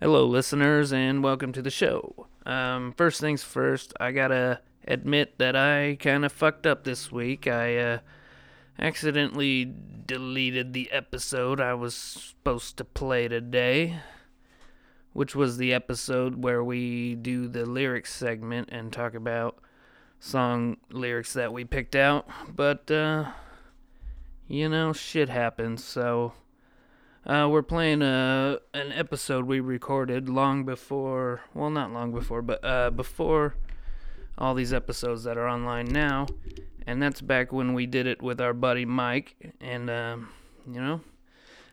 Hello, listeners, and welcome to the show. Um, first things first, I gotta admit that I kind of fucked up this week. I uh, accidentally deleted the episode I was supposed to play today, which was the episode where we do the lyrics segment and talk about song lyrics that we picked out. But, uh, you know, shit happens, so. Uh, we're playing uh, an episode we recorded long before, well, not long before, but uh, before all these episodes that are online now. And that's back when we did it with our buddy Mike. And, um, you know,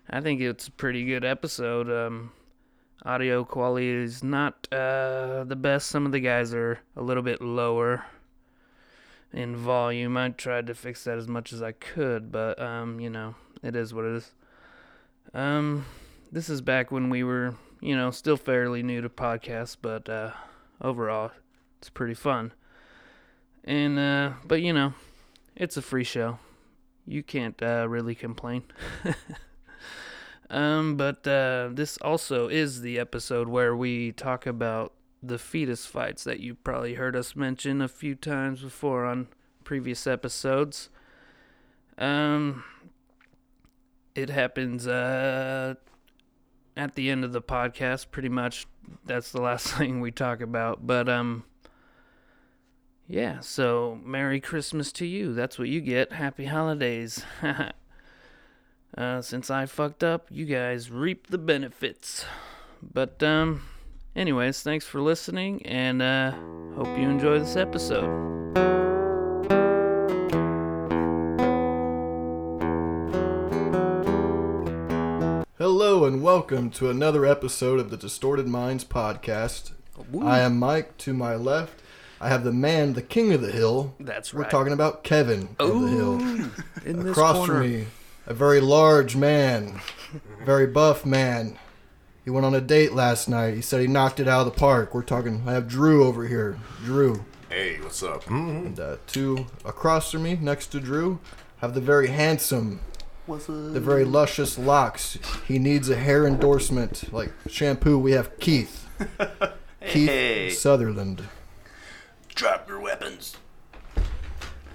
I think it's a pretty good episode. Um, audio quality is not uh, the best. Some of the guys are a little bit lower in volume. I tried to fix that as much as I could, but, um, you know, it is what it is. Um, this is back when we were, you know, still fairly new to podcasts, but uh, overall, it's pretty fun. And uh, but you know, it's a free show. You can't uh, really complain. um, but uh, this also is the episode where we talk about the fetus fights that you probably heard us mention a few times before on previous episodes. Um, it happens uh, at the end of the podcast pretty much that's the last thing we talk about but um yeah so merry christmas to you that's what you get happy holidays uh, since i fucked up you guys reap the benefits but um anyways thanks for listening and uh hope you enjoy this episode Hello and welcome to another episode of the Distorted Minds podcast. I am Mike. To my left, I have the man, the king of the hill. That's We're right. talking about Kevin of the hill. in this Across corner from me, a very large man, very buff man. He went on a date last night. He said he knocked it out of the park. We're talking. I have Drew over here. Drew. Hey, what's up? Mm-hmm. And uh, two across from me, next to Drew, have the very handsome, the very luscious locks. He needs a hair endorsement. Like shampoo, we have Keith. Keith Sutherland. Drop your weapons.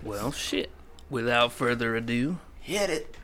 well shit without further ado Hit it.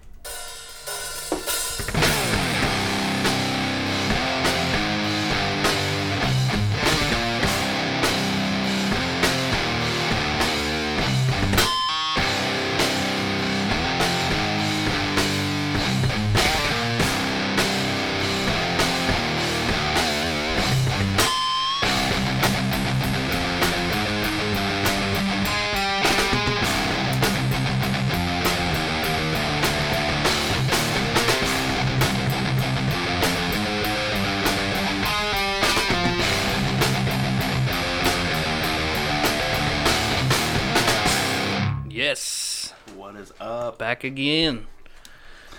yes What is up? back again.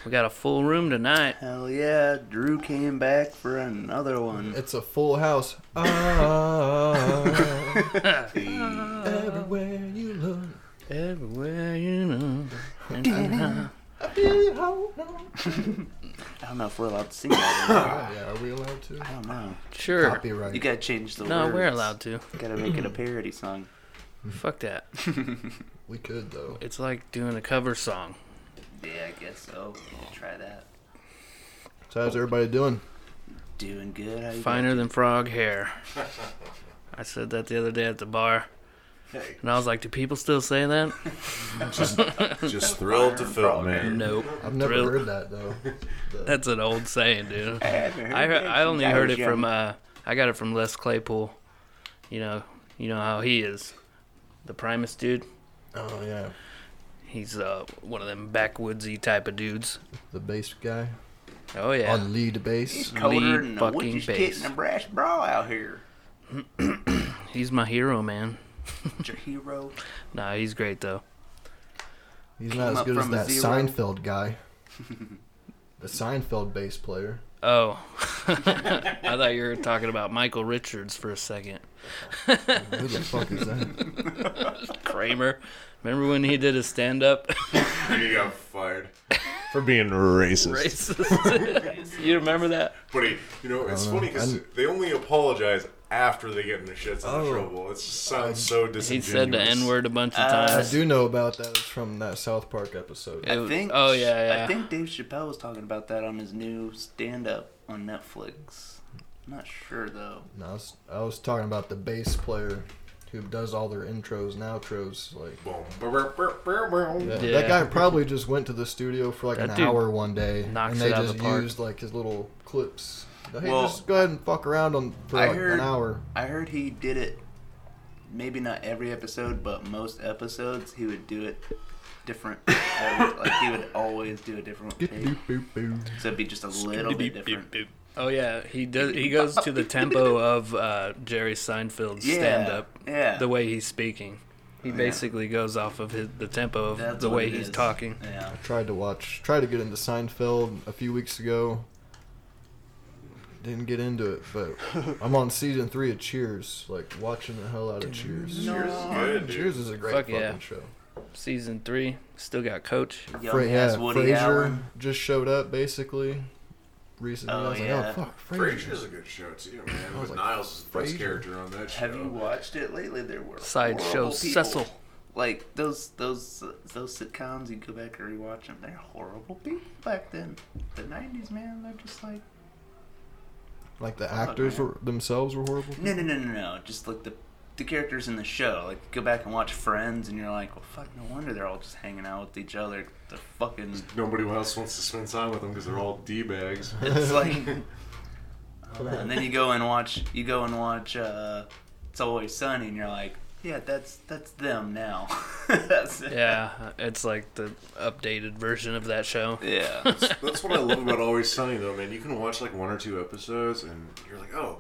We got a full room tonight. Hell yeah, Drew came back for another one. It's a full house. Ah, everywhere you look. Everywhere you know. I don't know if we're allowed to sing that. or not. Yeah, are we allowed to? I don't know. Sure. Copyright. Ah. You gotta change the No, words. we're allowed to. Gotta make it a parody song. Fuck that. we could though. It's like doing a cover song. Yeah, I guess so. Try that. So how's everybody doing? Doing good. How you Finer than frog hair. I said that the other day at the bar. Hey. And I was like, do people still say that? Just thrilled to film, man. Nope. I've never Thrilled. heard that though. That's an old saying, dude. I, haven't heard I, that I since only I heard was it from young. uh I got it from Les Claypool. You know, you know how he is. The Primus dude. Oh yeah, He's uh one of them backwoodsy type of dudes. the bass guy Oh yeah. on lead bass. He's colder lead than a fucking witch's bass. kit in a brass bra out here. He's my hero, man. It's your hero. Nah, he's great though. He's not Came as up good as from a that zero. Seinfeld guy. the Seinfeld bass player. Oh, I thought you were talking about Michael Richards for a second. Who the fuck is that? Kramer, remember when he did his stand up? You got fired. for being racist. Racist. you remember that? But he, you know, it's funny because I'm- they only apologize after they get into shit ton of trouble. It just sounds so He disingenuous. said the N word a bunch Uh, of I times. do know about that. It's from that South Park episode. It I was- think. oh, yeah, yeah. I think Dave Chappelle was talking about that on his new stand-up on Netflix. I'm not sure though. No, I, was, I was talking about the bass player who does all their intros and outros. Like Boom. Brr, brr, brr, brr, brr. that, Yeah. that guy probably just went to the studio for like That an dude hour one day, knocks and they it out of just the park. used like his little clips. Hey, Well, just go ahead and fuck around on for I like heard- an hour. I heard he did it. Maybe not every episode, but most episodes he would do it different. Uh, like he would always do a different take, so it'd be just a little bit different. Oh yeah, he does. He goes to the tempo of uh, Jerry Seinfeld's Yeah, stand-up. yeah. The way he's speaking, he basically goes off of his, the tempo of That's the what way it he's is. talking. Yeah. Tried to watch, tried to get into Seinfeld a few weeks ago. Didn't get into it, but I'm on season three of Cheers, like watching the hell out of Cheers. Cheers is good, dude. Cheers is a great Fuck fucking yeah. show. Season three, still got Coach. Young Fra- ass yeah, Woody Frasier Allen. just showed up basically recently. I Oh, was yeah. like, oh fuck, Frasier. Frasier's a good show too, man. was With like, Niles is the best Frasier. character on that show. Have you watched it lately? There were Sideshow horrible people. Cecil. Like those those those sitcoms, you go back and rewatch them. They're horrible people back then. The '90s, man, they're just like Like the actors man. were, themselves were horrible. no, no, no, no, no. Just like the the characters in the show. Like go back and watch Friends, and you're like, well, fuck, no wonder they're all just hanging out with each other. The fucking Nobody else wants to spend time with them because they're all d bags. it's like. Uh, and then you go and watch you go and watch uh, It's Always Sunny, and you're like, yeah, that's that's them now. that's it. Yeah, it's like the updated version of that show. Yeah. That's what I love about Always Sunny, though, man. You can watch like one or two episodes, and you're like, oh.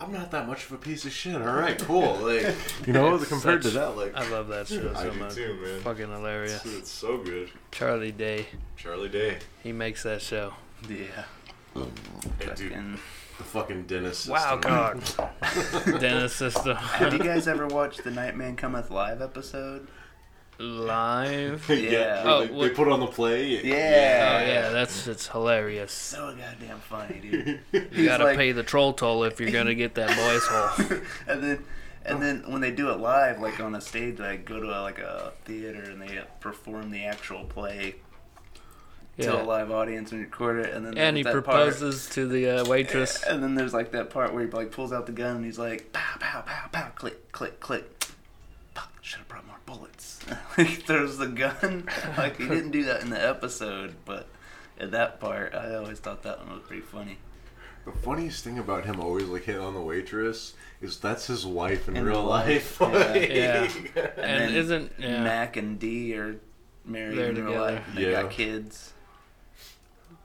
I'm not that much of a piece of shit. All right, cool. Like, you know, It's Oh, compared such- to that, like, I love that show I so do much. too, man. Fucking hilarious. dude, it's so good. Charlie Day, Charlie Day. he makes that show. Yeah. Hey, dude, Fucking- the fucking dentist. Wow, system. cock. Dennis system Have you guys ever watched the Nightman Cometh Live episode? live. yeah. Yeah. where Oh, they, what- they put on the play. Oh Yeah. yeah, that's it's hilarious. So goddamn funny, dude. You gotta like- pay the troll toll if you're gonna get that boy's hole. and then, and then when they do it live, like on a stage, like go to a, like a theater and they perform the actual play to a Yeah. live audience and record it, and then And there's he that proposes to the uh, waitress. Part, and then there's like that part where he like pulls out the gun and he's like, pow, pow, pow, pow, click, click, click. Fuck, should have brought more bullets. like he throws the gun. Like he didn't do that in the episode, but at that part, I always thought that one was pretty funny. The funniest thing about him always like hitting on the waitress is that's his wife in, In real life. life, yeah. Like- And, then isn't yeah. Mac and Dee are married They're in real together. life. They Yeah. got kids.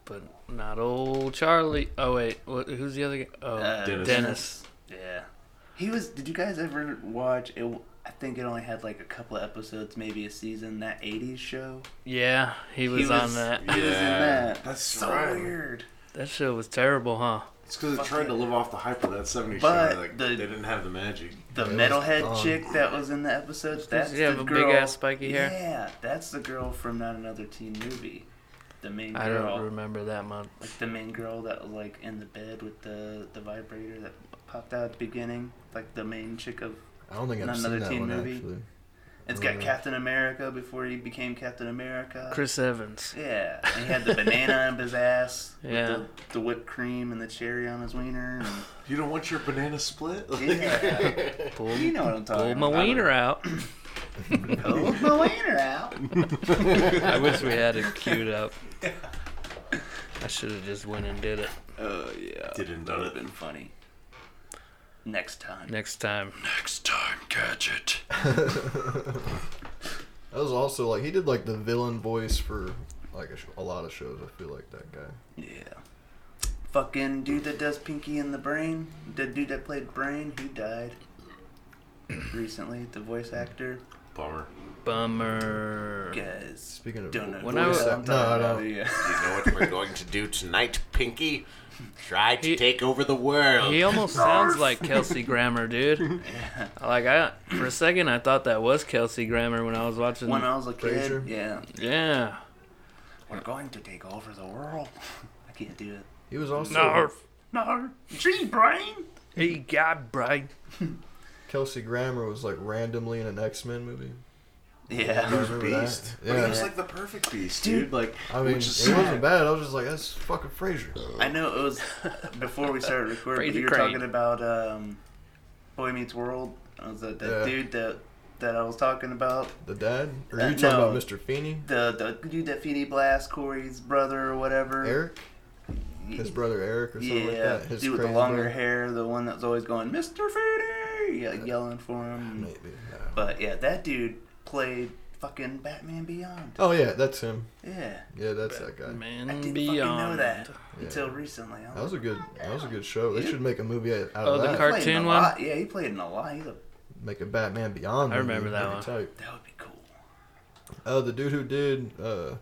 but not old Charlie. Oh wait, what, who's the other guy? Oh, Uh, Dennis. Dennis. Yeah. He was. Did you guys ever watch it? w- I think it only had like a couple of episodes, maybe a season. That '80s show. Yeah, he was, on that. He was in Yeah, that. that's so right. weird. That show was terrible, huh? It's because they tried to live off the hype of that 70s But show. Like, the- they didn't have the magic. The Yeah, metalhead um, chick that was in the episode. That's she have the a girl. big-ass spiky hair? Yeah, that's the girl from Not Another Teen Movie. The main I girl. don't remember that much. Like the main girl that was like in the bed with the the vibrator that popped out at the beginning. Like the main chick of. I don't think I've Not seen another that teen one movie? actually. It's got Mm. Captain America before he became Captain America. Chris Evans. Yeah, and he had the banana up his ass. Yeah. With the, the whipped cream and the cherry on his wiener. You don't want your banana split? Like, And, yeah, Pull, you know uh, what I'm pull talking my about. wiener out. Pull my wiener out. I wish we had it queued up. I should have just went and did it Oh yeah, Didn't that done would have it. been funny. Next time. next time. Next time, Gadget. That was also like he did like the villain voice for like a, sh- a lot of shows. I feel like that guy. Yeah. Fucking dude that does Pinky in the Brain. The dude that played Brain, he died recently. The voice actor. Bummer. Bummer. Guys, Speaking of don't know. When I voice was- actor. no, I don't. Yeah. You know what we're going to do tonight, Pinky? Try to He- take over the world. He almost sounds like Kelsey Grammer, dude. Like I, for a second, I thought that was Kelsey Grammer when I was watching. When I was a kid, Frasier? yeah. yeah, We're going to take over the world. I can't do it. He was also No, No, gee, brain. he got bright. Kelsey Grammer was like randomly in an X Men movie. Yeah. Remember that? beast. But Yeah. he was like the perfect beast, dude. Like, I mean, which it is sad. wasn't bad. I was just like, that's fucking Frasier. I know it was before we started recording. Crazy but you were Crane. talking about um, Boy Meets World. I was that, that Yeah. dude that that I was talking about. The dad? Or Uh, you talking no. about Mr. Feeney? The the dude that Feeny Blast, Corey's brother or whatever. Eric? His brother Eric or something yeah, like that. His dude with the crazy longer brother? hair, the one that's always going, Mr. Feeney, yeah, yelling for him. Maybe. no. But yeah, that dude played fucking Batman Beyond. Oh, yeah, that's him. Yeah. Yeah, that's that guy. Man, I didn't fucking know beyond. that Yeah. until recently. I That was a good that was a good show. They should make a movie out Oh, of the that. cart- He played in Cartoon a one? lot. Yeah, he played in a lot. He's a, make a Batman Beyond I movie. remember that That'd one. be tight. that would be cool. Uh, the dude who did uh,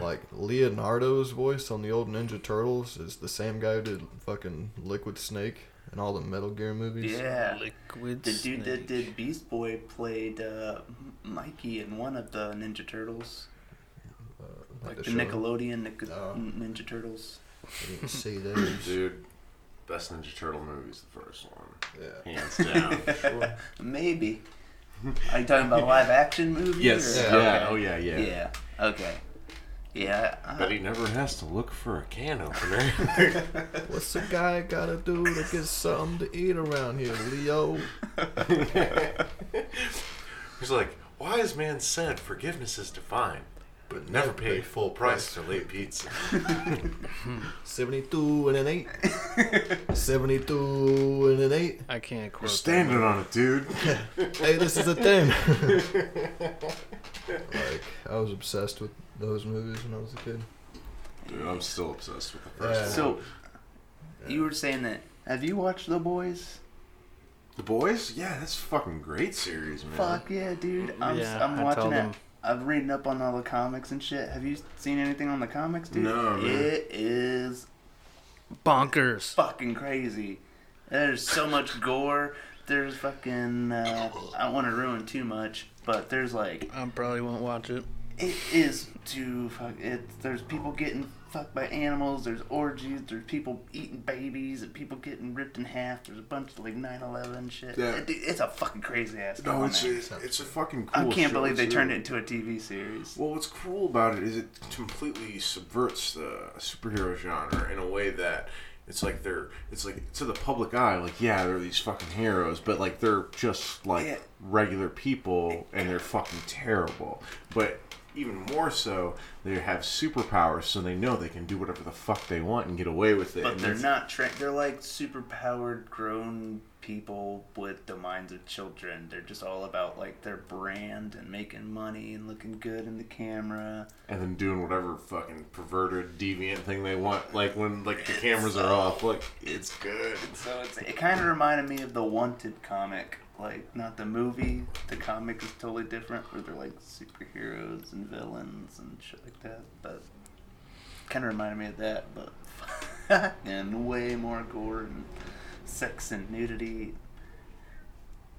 like Leonardo's voice on the old Ninja Turtles is the same guy who did fucking Liquid Snake and all the Metal Gear movies. Yeah. Liquid The dude snake. that did Beast Boy played uh, M- Mikey in one of the Ninja Turtles, Like like the the, show. Nickelodeon Nic- Oh. Ninja Turtles. I didn't see those. dude, best Ninja Turtle movie is the first one, yeah. hands down. Sure. Maybe. Are you talking about live action movies? yes. or- Yeah. Okay. Oh yeah, yeah. Yeah. Okay. Yeah. uh, I- But he never has to look for a can opener. What's a guy gotta do to get something to eat around here, Leo? He's like, wise man said forgiveness is divine, but never pay full price for late pizza. 72 and an 8. 72 and an 8. I can't quote We're that. standing on it, dude. hey, this is a thing. like, I was obsessed with those movies when I was a kid. Dude, I'm still obsessed with the first Yeah. first one. so, you were saying that. Have you watched The Boys? The Boys? Yeah, that's a fucking great series, man. Fuck yeah, dude. I'm, Yeah, I'm I watching told it. him. I'm reading up on all the comics and shit. Have you seen anything on the comics, dude? No, man. It is bonkers. fucking crazy. There's so much gore. There's fucking. Uh, I don't want to ruin too much, but there's like. I probably won't watch it. It is too fuck. It, there's people getting fucked by animals. There's orgies. There's people eating babies and people getting ripped in half. There's a bunch of like 9/11 shit. Yeah. It- it's a fucking crazy ass. No, comic. it's it's, it's a fucking I cool can't show, believe they too. turned it into a TV series. Well, what's cool about it is it completely subverts the superhero genre in a way that it's like they're it's like to the public eye like yeah they're these fucking heroes but like they're just like Yeah. regular people and they're fucking terrible but even more so they have superpowers so they know they can do whatever the fuck they want and get away with it But and they're it's- not tra- They're like super powered grown people with the minds of children. They're just all about like their brand and making money and looking good in the camera. and then doing whatever fucking perverted deviant thing they want like when like the cameras are off like it's good So it's, it kind of reminded me of the Wanted comic. Like, not the movie. The comic is totally different, where they're like superheroes and villains and shit like that. But kind of reminded me of that, but and way more gore and sex and nudity.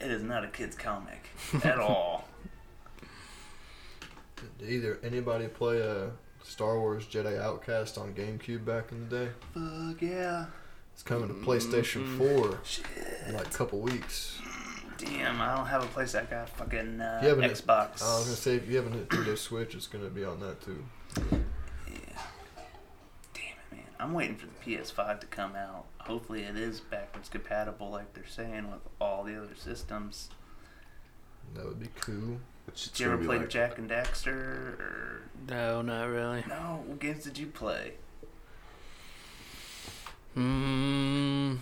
It is not a kid's comic at all. Did either anybody play uh, Star Wars Jedi Outcast on GameCube back in the day? Fuck yeah. It's coming to PlayStation 4 in like a couple weeks. Damn, I don't have a place that got fucking uh, Yeah, but it- Xbox. I was gonna say if you have a Nintendo Switch, it's gonna be on that too. Damn it, man. I'm waiting for the PS5 to come out. Hopefully, it is backwards compatible, like they're saying, with all the other systems. That would be cool. It's Did you ever gonna be play like- Jack and Daxter? Or... No, not really. No. What games did you play? Hmm.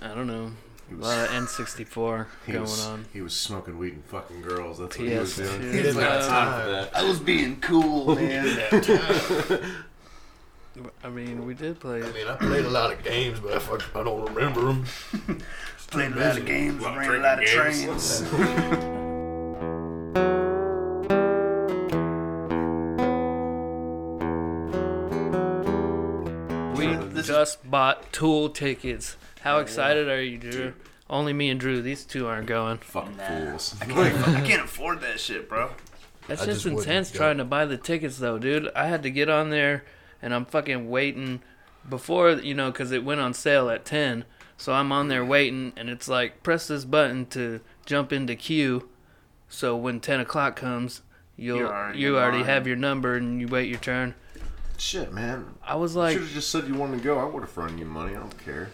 I don't know. A lot of N64 He going was, on. He was smoking weed and fucking girls. That's what he was PS2. doing. He didn't got have time. that. I was being cool, man. I mean, we did play. I mean, I played a lot of games, but I, fuck, I don't remember them. Played a lot of games, Lot of ran a lot of drinking trains. We This is- just bought Tool tickets. How excited are you, Drew? Only me and Drew. These two aren't going. Fucking Nah. fools. I can't afford that shit, bro. That's I just, just wouldn't intense go. trying to buy the tickets though, dude. I had to get on there and I'm fucking waiting before, you know, cuz it went on sale at 10. So I'm on there waiting and it's like press this button to jump into queue. So when 10 o'clock comes, you'll You're already you in already line. have your number and you wait your turn. Shit, man. I was like Should have just said you wanted to go. I would have thrown you money. I don't care.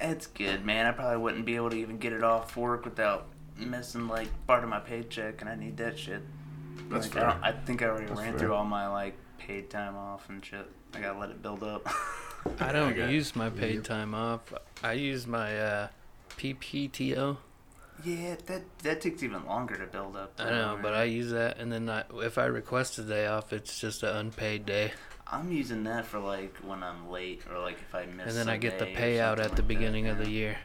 It's good, man. I probably wouldn't be able to even get it off work without missing like part of my paycheck, and I need that shit. That's like, fair. I, don't, I think I already That's ran fair. through all my like paid time off and shit. I gotta let it build up. I don't got- use my paid time off. I use my uh PPTO. yeah, that that takes even longer to build up. I know, but I use that, and then I, if I request a day off, it's just an unpaid day, I'm using that for like when I'm late or like if I miss. and then I a get the day or payout at the something like that, beginning of yeah. the year.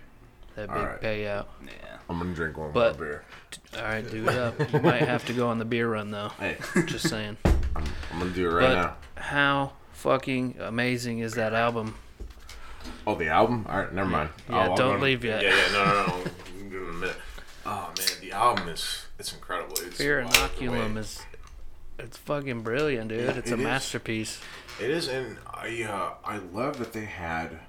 That big Alright. payout. Yeah. I'm gonna drink one But- more beer. All right, do it up. You might have to go on the beer run though. Hey, Just saying. I'm, I'm gonna do it right But now. how fucking amazing is that album? Oh, the album? All right, never mind. Yeah, oh, I'll don't go- leave yet. Yeah, yeah, no, no, no. We can do it in a minute. Oh man, the album is it's incredible. It's Fear wild the Inoculum way- is, it's fucking brilliant, dude. it's a it is. masterpiece. It is, and I uh, I love that they had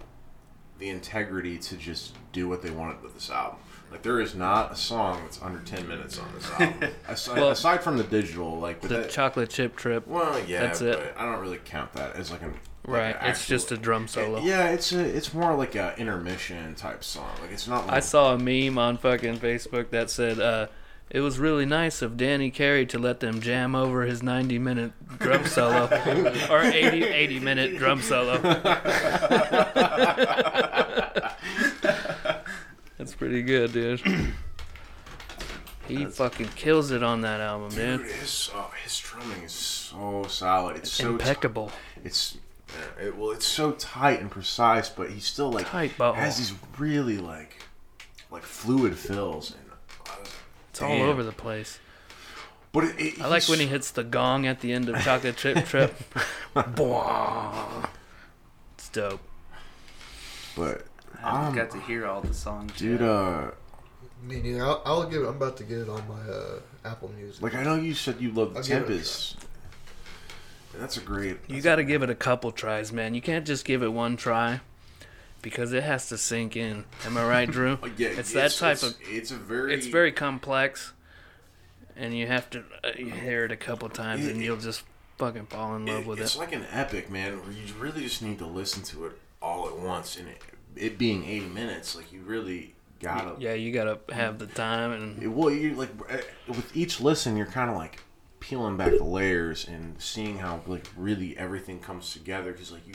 the integrity to just do what they wanted with this album. Like there is not a song that's under ten minutes on this album. aside, Well, aside from the digital, like The that- chocolate chip trip. well, yeah, that's it. but I don't really count that as like an like Right, an it's just a actual- drum solo. Yeah, it's a it's more like a intermission type song. Like it's not. Like, I saw a meme on fucking Facebook that said, uh, it was really nice of Danny Carey to let them jam over his 90 minute drum solo or 80, 80 minute drum solo. That's pretty good, dude. He fucking kills it on that album, Dude, dude. his, uh, his drumming is so solid. It's so Impeccable. it's uh, it, well, it's so tight and precise, but he still like Tight butthole. has these really like like fluid fills and I was- It's all damn. over the place. But it, it, I like he's- when he hits the gong at the end of Chocolate Chip Trip. Bwah. it's dope. But I um, got to hear all the songs. dude, yet. uh, Me neither. I'll, I'll give. I'm about to get it on my uh, Apple Music. like I know you said you love the I'll give it a Tempest. And that's a great. You that's got to give it a couple tries, man. You can't just give it one try because it has to sink in. Am I right, Drew? a- yeah, it's that type it's- of. It's a very. It's very complex, and you have to uh, you hear it a couple times, It- and you'll just fucking fall in love It- with it's it. like an epic, man. Where you really just need to listen to it all at once, and it, it being eighty minutes, like you really gotta. Yeah, you gotta have the time, and It- well, you like eh, with each listen, you're kind of like peeling back the layers and seeing how like really everything comes together because like you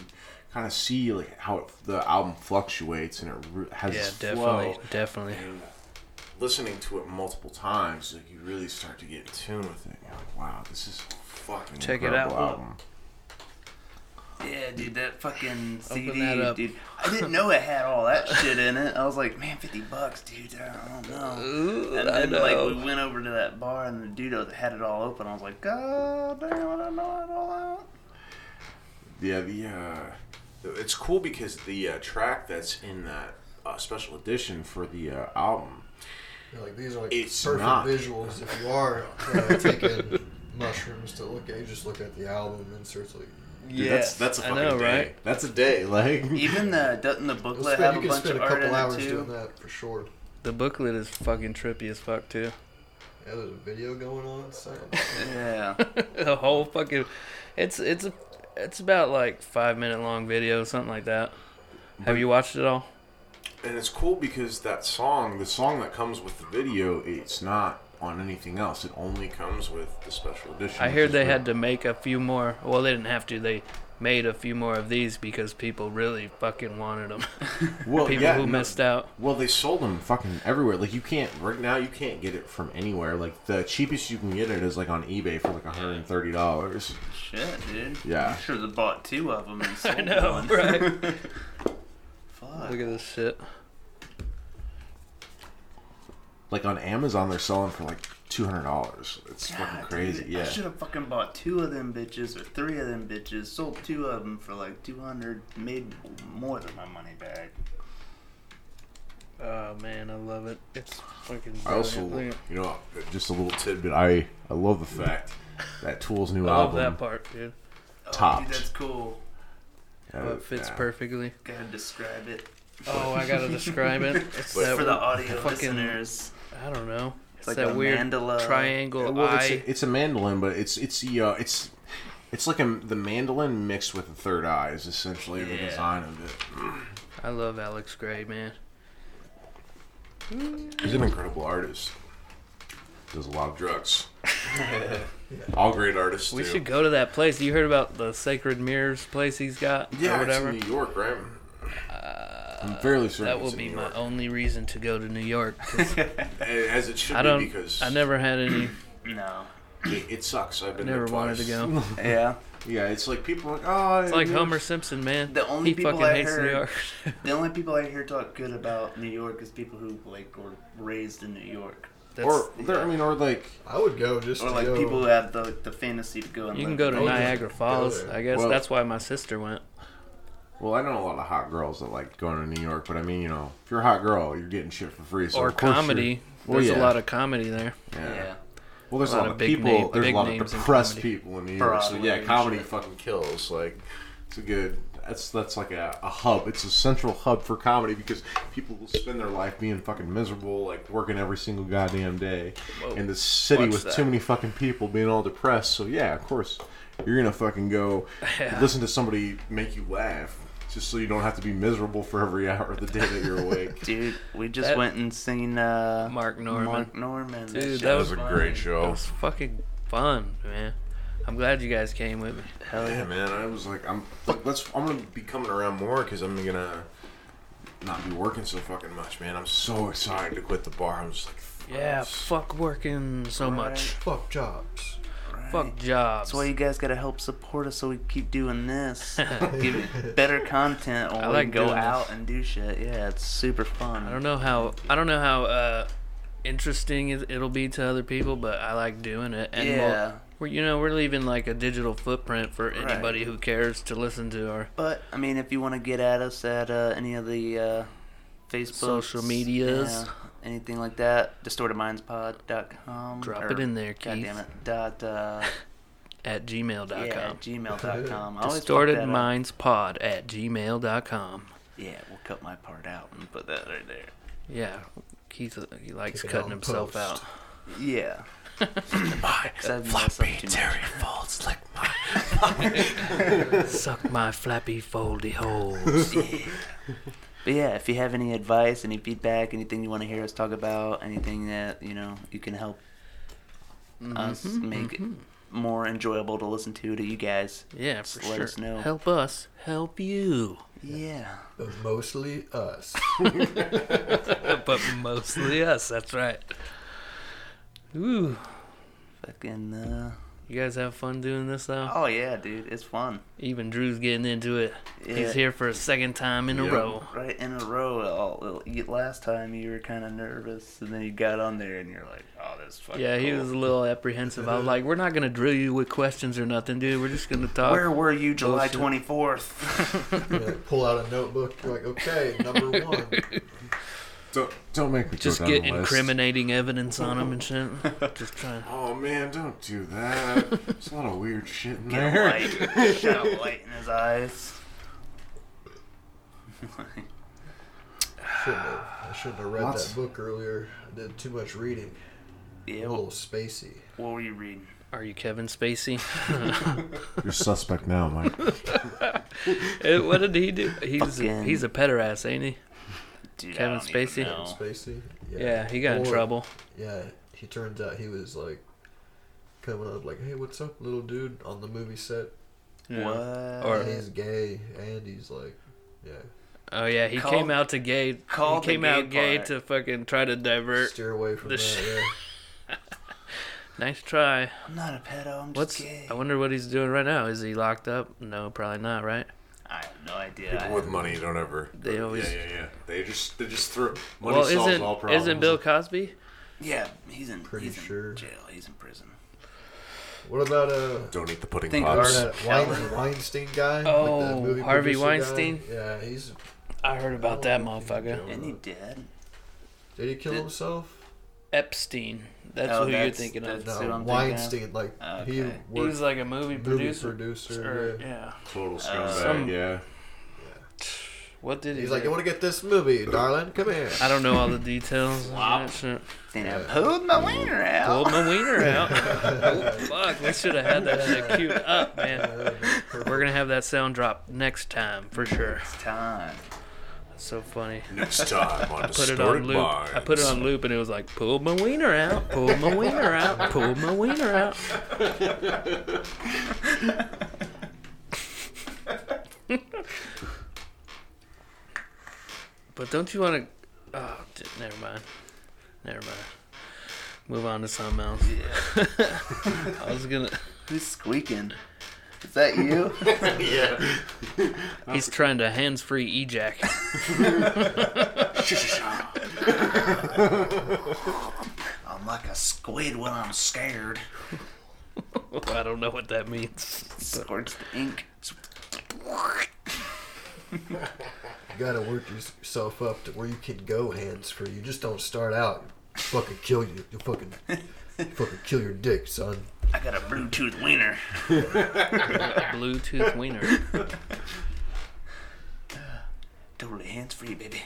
kind of see like how it, the album fluctuates and it re- has yeah, this definitely, flow. definitely. And listening to it multiple times, like you really start to get in tune with it. You're like, wow, this is a fucking Check it incredible out. Album. Yeah, dude, that fucking CD, that up. dude. I didn't know it had all that shit in it. I was like, man, fifty bucks, dude. I don't know. Ooh, And I then like know. we went over to that bar and the dude had it all open. I was like, God damn, I don't know it all out. Yeah, the uh, it's cool because the uh, track that's in that uh, special edition for the uh, album You're like these are like It's perfect not. visuals. If you are trying to take in mushrooms to look at, you just look at the album inserts like. Dude, that's that's a I fucking know, day. right? That's a day. Like Even the doesn't the You'll booklet spend- have you a can bunch spend of a art couple in hours it doing too? that for sure. The booklet is fucking trippy as fuck too. Yeah, there's a video going on. It's like- Yeah. the whole fucking, it's it's a, it's about like five minute long video, something like that. Have you watched it all? and it's cool because that song, the song that comes with the video, it's not on anything else. It only comes with the special edition. I which heard is they great. had to make a few more. Well, they didn't have to. They made a few more of these because people really fucking wanted them. well, people yeah, who no, missed out. Well, they sold them fucking everywhere. Like you can't right now. You can't get it from anywhere. Like the cheapest you can get it is like on eBay for like 130 dollars. Shit, dude. Yeah. I should have bought two of them and sold I know, one. right? Fuck. Look at this shit. Like on Amazon, they're selling for like 200 dollars. It's fucking God, crazy. dude, I yeah. should have fucking bought two of them bitches or three of them bitches, sold two of Oh, them for like 200, made more than my money back. Oh man, I love it. It's fucking. I also, brilliant. you know, just a little tidbit. I I love the fact that Tool's new I love that album part, dude. Oh, Topped. dude, that's cool. How it fits Uh, yeah. perfectly. Gotta describe it Oh, I gotta describe it. It's that for the audio fucking- listeners. I don't know. It's, like that a weird mandala. triangle Well, it's, eye. a, it's a mandolin, but it's it's the uh, it's it's like a, the mandolin mixed with the third eye is essentially the Yeah. design of it. I love Alex Gray, man. He's an incredible artist. Does a lot of drugs. All great artists. We do. should go to that place. You heard about the Sacred Mirrors place he's got Yeah, or whatever. Uh, it's in New York, right? I'm fairly certain that it's will in be New my York. only reason to go to New York. 'cause As it should I don't. be because I never had any. No. it, it sucks. I've been Never there wanted to twice. go. Yeah. Yeah, it's like people are like, oh, It's like Homer Simpson, man. The only he people fucking I hates New heard- York. The only people I hear talk good about New York is people who like were raised in New York, That's, Or there, I mean, or like I would go just or to like go. people who have the the fantasy to go. And you can live go in to New York. Niagara Falls. there. I guess Oh, Well- that's why my sister went. Well, I know a lot of hot girls that like going to New York, but I mean, you know, if you're a hot girl, you're getting shit for free. So or of course comedy. Well, There's a yeah. lot of comedy there. you're- Yeah. Yeah. Well, there's a lot, of big people. name- there's a big lot of names in depressed comedy. people in New York. So Broadway yeah, and comedy shit. fucking kills. Like, it's a good. That's that's like a, a hub. It's a central hub for comedy because people will spend their life being fucking miserable, like working every single goddamn day, in the city watch with that. too many fucking people being all depressed. So yeah, of course, you're gonna fucking go listen to somebody make you laugh. Just so you don't have to be miserable for every hour of the day that you're awake. Dude, we just That- went and seen uh, Mark Norman. Mark Norman. Dude, shit that was a fun. great It show. was fucking fun, man. I'm glad you guys came with me. Hell Yeah, yeah. man. I was like, I'm like, let's. I'm gonna be coming around more because I'm gonna not be working so fucking much, man. I'm so excited to quit the bar. I'm just like, Yeah, fuck working so much. Fuck jobs. Fuck jobs. That's why you guys gotta help support us so we keep doing this. Give it better content when I like we go doing this. out and do shit. Yeah, it's super fun. I don't know how I don't know how uh, interesting it, it'll be to other people, but I like doing it. And Yeah. we'll- we're, you know, we're leaving like a digital footprint for anybody who cares to listen to our But I mean, if you want to get at us at uh, any of the uh, Facebook, Social medias. anything like that, distortedmindspod.com. Drop or- it in there, God damn Keith. it. Dot uh, at gmail.com. yeah, gmail.com. I always fuck that Distorted up. Minds Pod at gmail.com. Yeah, we'll cut my part out and put that right there. Yeah, Keith uh, he likes Keep it cutting on himself out. post. Yeah. 'Cause I've messed up too much. folds like my. Suck my flappy foldy holes. But yeah, if you have any advice, any feedback, anything you want to hear us talk about, anything that you know you can help Mm-hmm, us make it more enjoyable to listen to to you guys. Yeah, Just for let sure. us know. Help us, help you. Yeah. But mostly us. but mostly us, that's right. Ooh. Fucking. Uh... You guys have fun doing this though? Oh yeah, dude, it's fun. Even Drew's getting into it. Yeah. He's here for a second time in a Yep. row. Right in a row. All, you- last time you were kind of nervous, and then you got on there, and you're like, "Oh, this is fucking." Yeah, he cool." was a little apprehensive. I was like, we're not going to drill you with questions or nothing, dude. We're just going to talk. Where were you July Bullshit. twenty fourth? You know, pull out a notebook. You're like, okay, number one. Don't don't make me just go down get the list. incriminating evidence on him and shit. just trying. Oh man, don't do that. There's a lot of weird shit in Get there. a light. Got a light in his eyes. Shouldn't have, I shouldn't have read Lots- that book earlier. I did too much reading. Yeah. A little What spacey. what were you reading? Are you Kevin Spacey? You're suspect now, Mike. Eh, what did he do? He's Fucking- he's a pederast, ain't he? Dude, I Kevin don't even Spacey? know. Spacey. Yeah, he got in Or- trouble. Yeah, he turns out he was like coming up like, "Hey, what's up, little dude?" on the movie set. Yeah. What? Or- And he's gay, and he's like, yeah, Oh yeah, he Call- came out to gay. He called the came gay out gay part. to fucking try to divert. steer away from Er, the that. sh- yeah. Nice try. I'm not a pedo. I'm just What's? gay. I wonder what he's doing right now. Is he locked up? No, probably not. Right? I have no idea. People with money don't ever. They always- Yeah, yeah, yeah. They just they just throw. Money Well, solves all isn't problems. isn't Bill Cosby? yeah, he's in. Pretty he's sure. In jail. He's in prison. What about uh? Don't eat the pudding Think Or pops. Arnett. that Wein- Weinstein guy, like Oh, that movie Harvey producer guy. Weinstein? Yeah, he's I heard about that motherfucker. And he dead. Did he kill Did- himself? Epstein. That's Oh, who that's- you're thinking of. that's- who No, I'm thinking of. Weinstein. Like he Okay. He worked was like a movie movie producer. producer, or- yeah. yeah. Total Uh, some- scumbag. yeah. What did he? He's like, do? you want to get this movie, darling? Come here. I don't know all the details. on that shit. Then I pulled my wiener out. Pulled my wiener out. oh, fuck, we should have had that shit queued up, man. We're gonna have that sound drop next time for sure. It's time. That's so funny. Next time on Put it on loop. I put it on loop, and it was like, pull my wiener out, pull my wiener out, pull my wiener out. but don't you want to? Oh, d- never mind. Never mind. Move on to something else. I was gonna. Who's squeaking? Is that you? yeah. He's trying to hands-free ejac. I'm like a squid when I'm scared. I don't know what that means. Squirts the ink. You gotta work yourself up to where you can go hands free. You just don't start out. Fucking kill you. You fucking, fucking kill your dick, son. I got a Bluetooth wiener. Bluetooth wiener. Totally hands free, baby.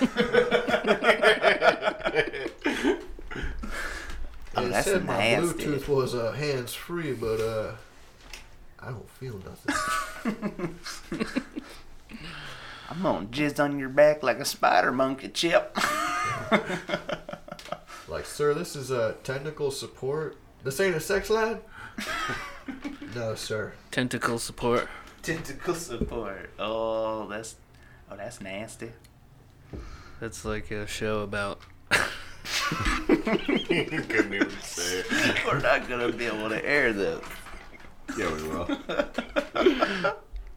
They Oh, that's said my nasty. Bluetooth was uh, hands free, but uh, I don't feel nothing. I'm gonna jizz on your back like a spider monkey chip. like, sir, this is uh, technical support. This ain't a sex line. no, sir. Tentacle support. Tentacle support. Oh, that's oh, that's nasty. That's like a show about Couldn't even say it. We're not gonna be able to air this. Yeah, we will.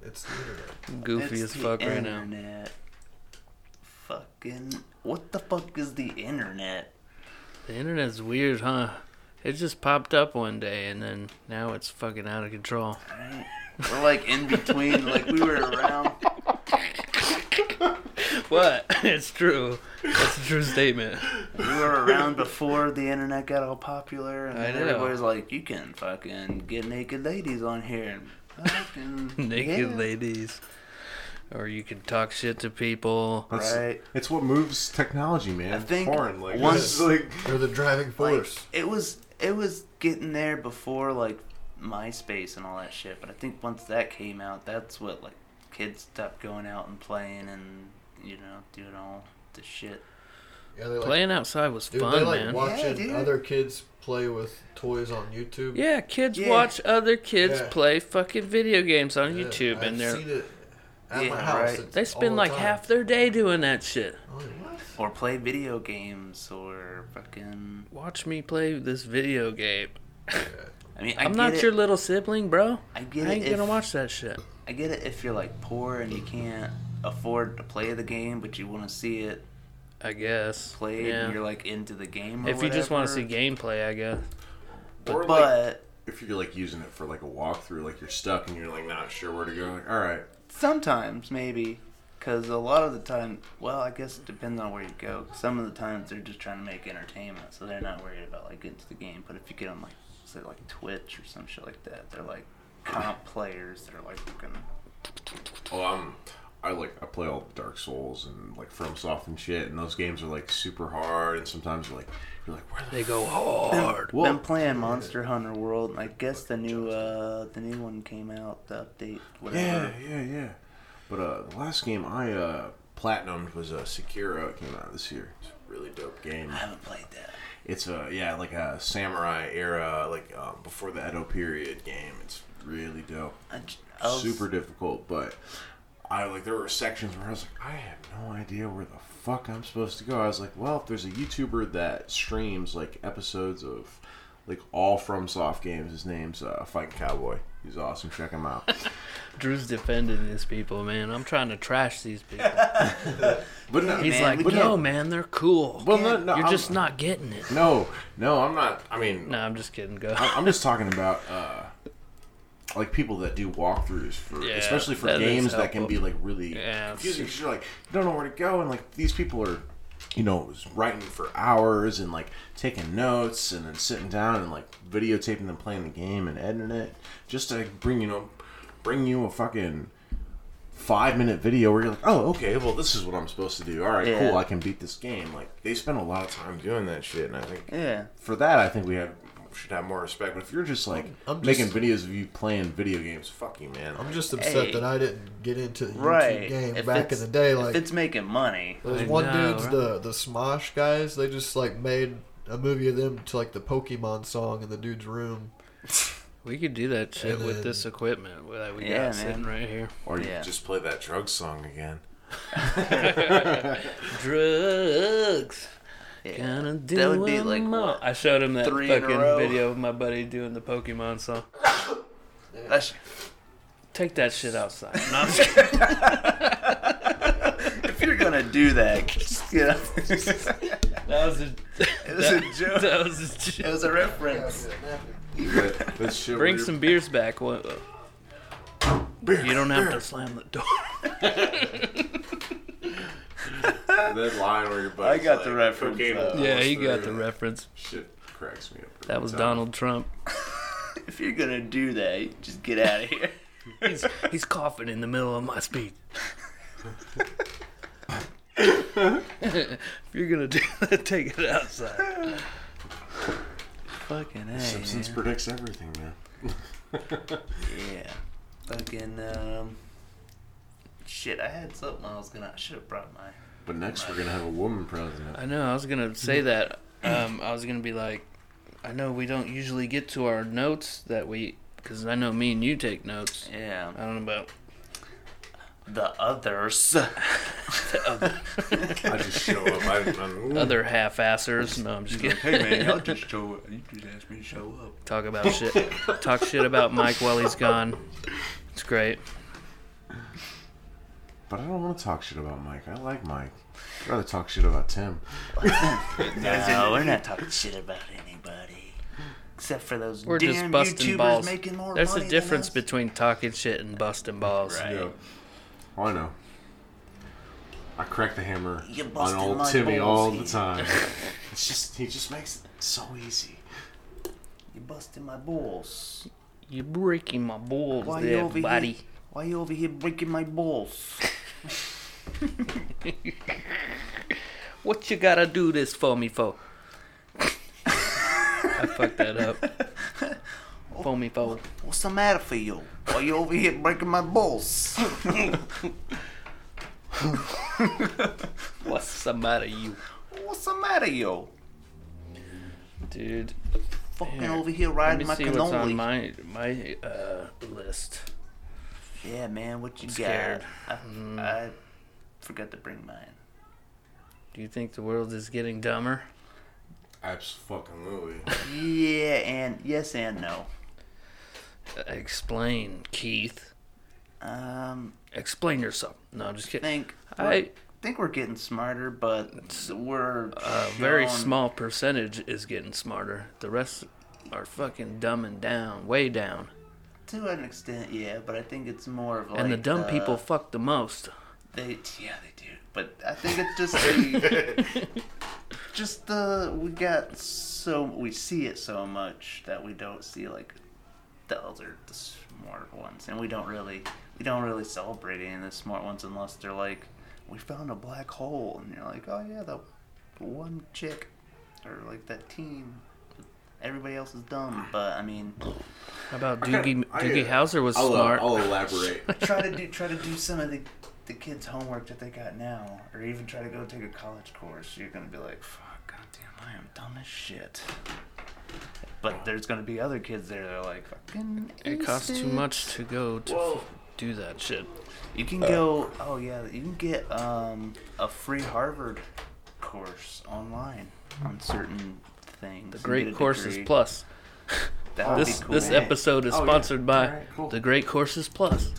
It's the internet. goofy It's as the fuck right now. internet. Fucking what the fuck is the internet? The internet's weird, huh? It just popped up one day and then now it's fucking out of control. We're like in between, like we were around. What? it's true. That's a true statement. We were around before the internet got all popular, and I then know. everybody's like, "You can fucking get naked ladies on here." And fucking, Naked yeah. ladies. Or you can talk shit to people. That's- Right. It's what moves technology, man. I think Foreign, like, once- this is like They're the driving Like, force. it was it was getting there before like MySpace and all that shit, but I think once that came out, that's what like kids stopped going out and playing and you know doing all the shit. yeah, they like, Playing outside was dude, they fun, like man. watching dude. other kids play with toys on YouTube. Yeah, kids Yeah. watch other kids Yeah. play fucking video games on Yeah, YouTube I've and they're seen it at Yeah, my house. right. It's They all spend the like time. half their day doing that shit. I'm like, what? Or play video games or fucking. Watch me play this video game. I mean, I I'm get not it. your little sibling, bro. I I get it. ain't if, gonna watch that shit. I get it if you're like poor and you can't afford to play the game, but you want to see it I guess. played Yeah. and you're like into the game. Or If you just want to see whatever. gameplay, I guess. or like but if you're like using it for like a walkthrough, like you're stuck and you're like not sure where to go. Like, all right, Sometimes, maybe. Because a lot of the time, well, I guess it depends on where you go. Some of the times they're just trying to make entertainment, so they're not worried about like getting to the game. But if you get on like, say, like Twitch or some shit like that, they're like comp players. They're like fucking oh, I'm. I like I play all Dark Souls and like FromSoft and shit, and those games are like super hard, and sometimes you're like you're like where the They go "Oh." hard. Well- been playing Monster Hunter World, and I guess the new uh the new one came out, the update, Yeah, whatever. yeah, yeah. But uh, the last game I uh, platinumed was uh, Sekiro. It came out this year. It's a really dope game. I haven't played that. It's a yeah, like a samurai era, like um, before the Edo period game. It's really dope. I j- I was- Super difficult, but I like there were sections where I was like, I have no idea where the fuck I'm supposed to go. I was like, well, if there's a YouTuber that streams like episodes of like all from soft games, his name's uh, Fighting Cowboy. He's awesome. Check him out. Drew's defending these people, man. I'm trying to trash these people. But no, He's Man, like, but no, man, they're cool. Well, no, no, You're I'm- just not getting it. No, no, I'm not. I mean, No, I'm just kidding. Go. I- I'm just talking about uh, like people that do walkthroughs for, Yeah, especially for that is games that can helpful. be like really Yeah, it's- confusing because you're like you don't know where to go and like these people are, you know, writing for hours and like taking notes and then sitting down and like videotaping them playing the game and editing it just to bring you know bring you a fucking five minute video where you're like, oh, okay, well, this is what I'm supposed to do. All right, Yeah. cool, I can beat this game. Like, they spend a lot of time doing that shit, and I think Yeah. for that, I think we have should have more respect. But if you're just like I'm making just- videos of you playing video games, fuck you, man. I'm just upset Hey. that I didn't get into the YouTube Right. game If back in it's- the day. If Like it's making money, those I one know, dudes, right? the the Smosh guys, they just like made a movie of them to like the Pokemon song in the dude's room. We could do that shit And with then- this equipment that we Yeah, got sitting man. right here. or you Yeah. just play that drug song again. Drugs. yeah. Gonna do that would be 'em like all. what, I showed him that three in a fucking row? video of my buddy doing the Pokemon song. that's Take that shit outside. if you're gonna do that, just, you know, that was a it was a joke. that was a It joke. was a reference. But that shit Bring where some beers back. What- you're- You don't have to slam the door. that line where your I buddy's got like, the reference, uh, cocaine though. almost yeah, he got the through. reference. Shit cracks me up. That was Donald Trump. If you're gonna do that, just get out of here. He's he's coughing in the middle of my speech. if you're gonna do that, take it outside. Fucking A, Simpsons man. predicts everything, man. Yeah. Fucking um. Shit, I had something I was gonna. I should have brought my. But next, we're gonna have a woman president. I know. I was gonna say that. Um, I was gonna be like, I know we don't usually get to our notes that we, because I know me and you take notes. Yeah. I don't know about The others. I just show up. I, I'm, other half-assers. No, I'm just kidding. hey man, y'all just show up. You just asked me to show up. Talk about shit. Talk shit about Mike while he's gone. It's great. But I don't want to talk shit about Mike. I like Mike. I'd rather talk shit about Tim. No, we're not talking shit about anybody. Except for those We're damn just busting YouTubers balls. making more There's money a than difference us. between talking shit and busting balls. Right. Yeah. Oh, I know. I crack the hammer You on busted old my Timmy balls, all you- the time. it's just he just makes it so easy. You busting my balls. You're breaking my balls Why you there, over buddy. here? Why you over here breaking my balls? What you gotta do this for me for? I fucked that up. for me for. What's the matter for you? Why you over here breaking my balls? What's the matter, you? What's the matter, yo? Dude, Fucking Here, over here let riding me my see what's on cannoli. my my uh, list. Yeah, man, what you scared. Mm. got? I, I forgot to bring mine. Do you think the world is getting dumber? Absolutely. Yeah, and yes and no. Explain, Keith. Um, Explain yourself. No, I'm just kidding. think I think we're getting smarter, but we're a uh, very shown- small percentage is getting smarter. The rest are fucking dumbing down, way down. to an extent. Yeah, but I think it's more of like and the dumb uh, people fuck the most. They yeah they do, but I think it's just the just the we got so we see it so much that we don't see like the other the smart ones, and we don't really we don't really celebrate any of the smart ones unless they're like we found a black hole, and you're like oh yeah the one chick or like that team. Everybody else is dumb, but I mean, How about I kinda- Doogie? I, uh, Doogie Howser was I'll, uh, smart. I'll elaborate. try to do try to do some of the the kids' homework that they got now, or even try to go take a college course. You're gonna be like, "Fuck, goddamn, I am dumb as shit." But there's gonna be other kids there that are like, "Fucking, It costs too aces." much to go to f- do that shit. You can go. Oh yeah, you can get um a free Harvard course online on certain things. The and Great get a Courses degree. Plus. That would This be cool. this Yeah. episode is Oh, yeah. sponsored by Alright, cool. The Great Courses Plus.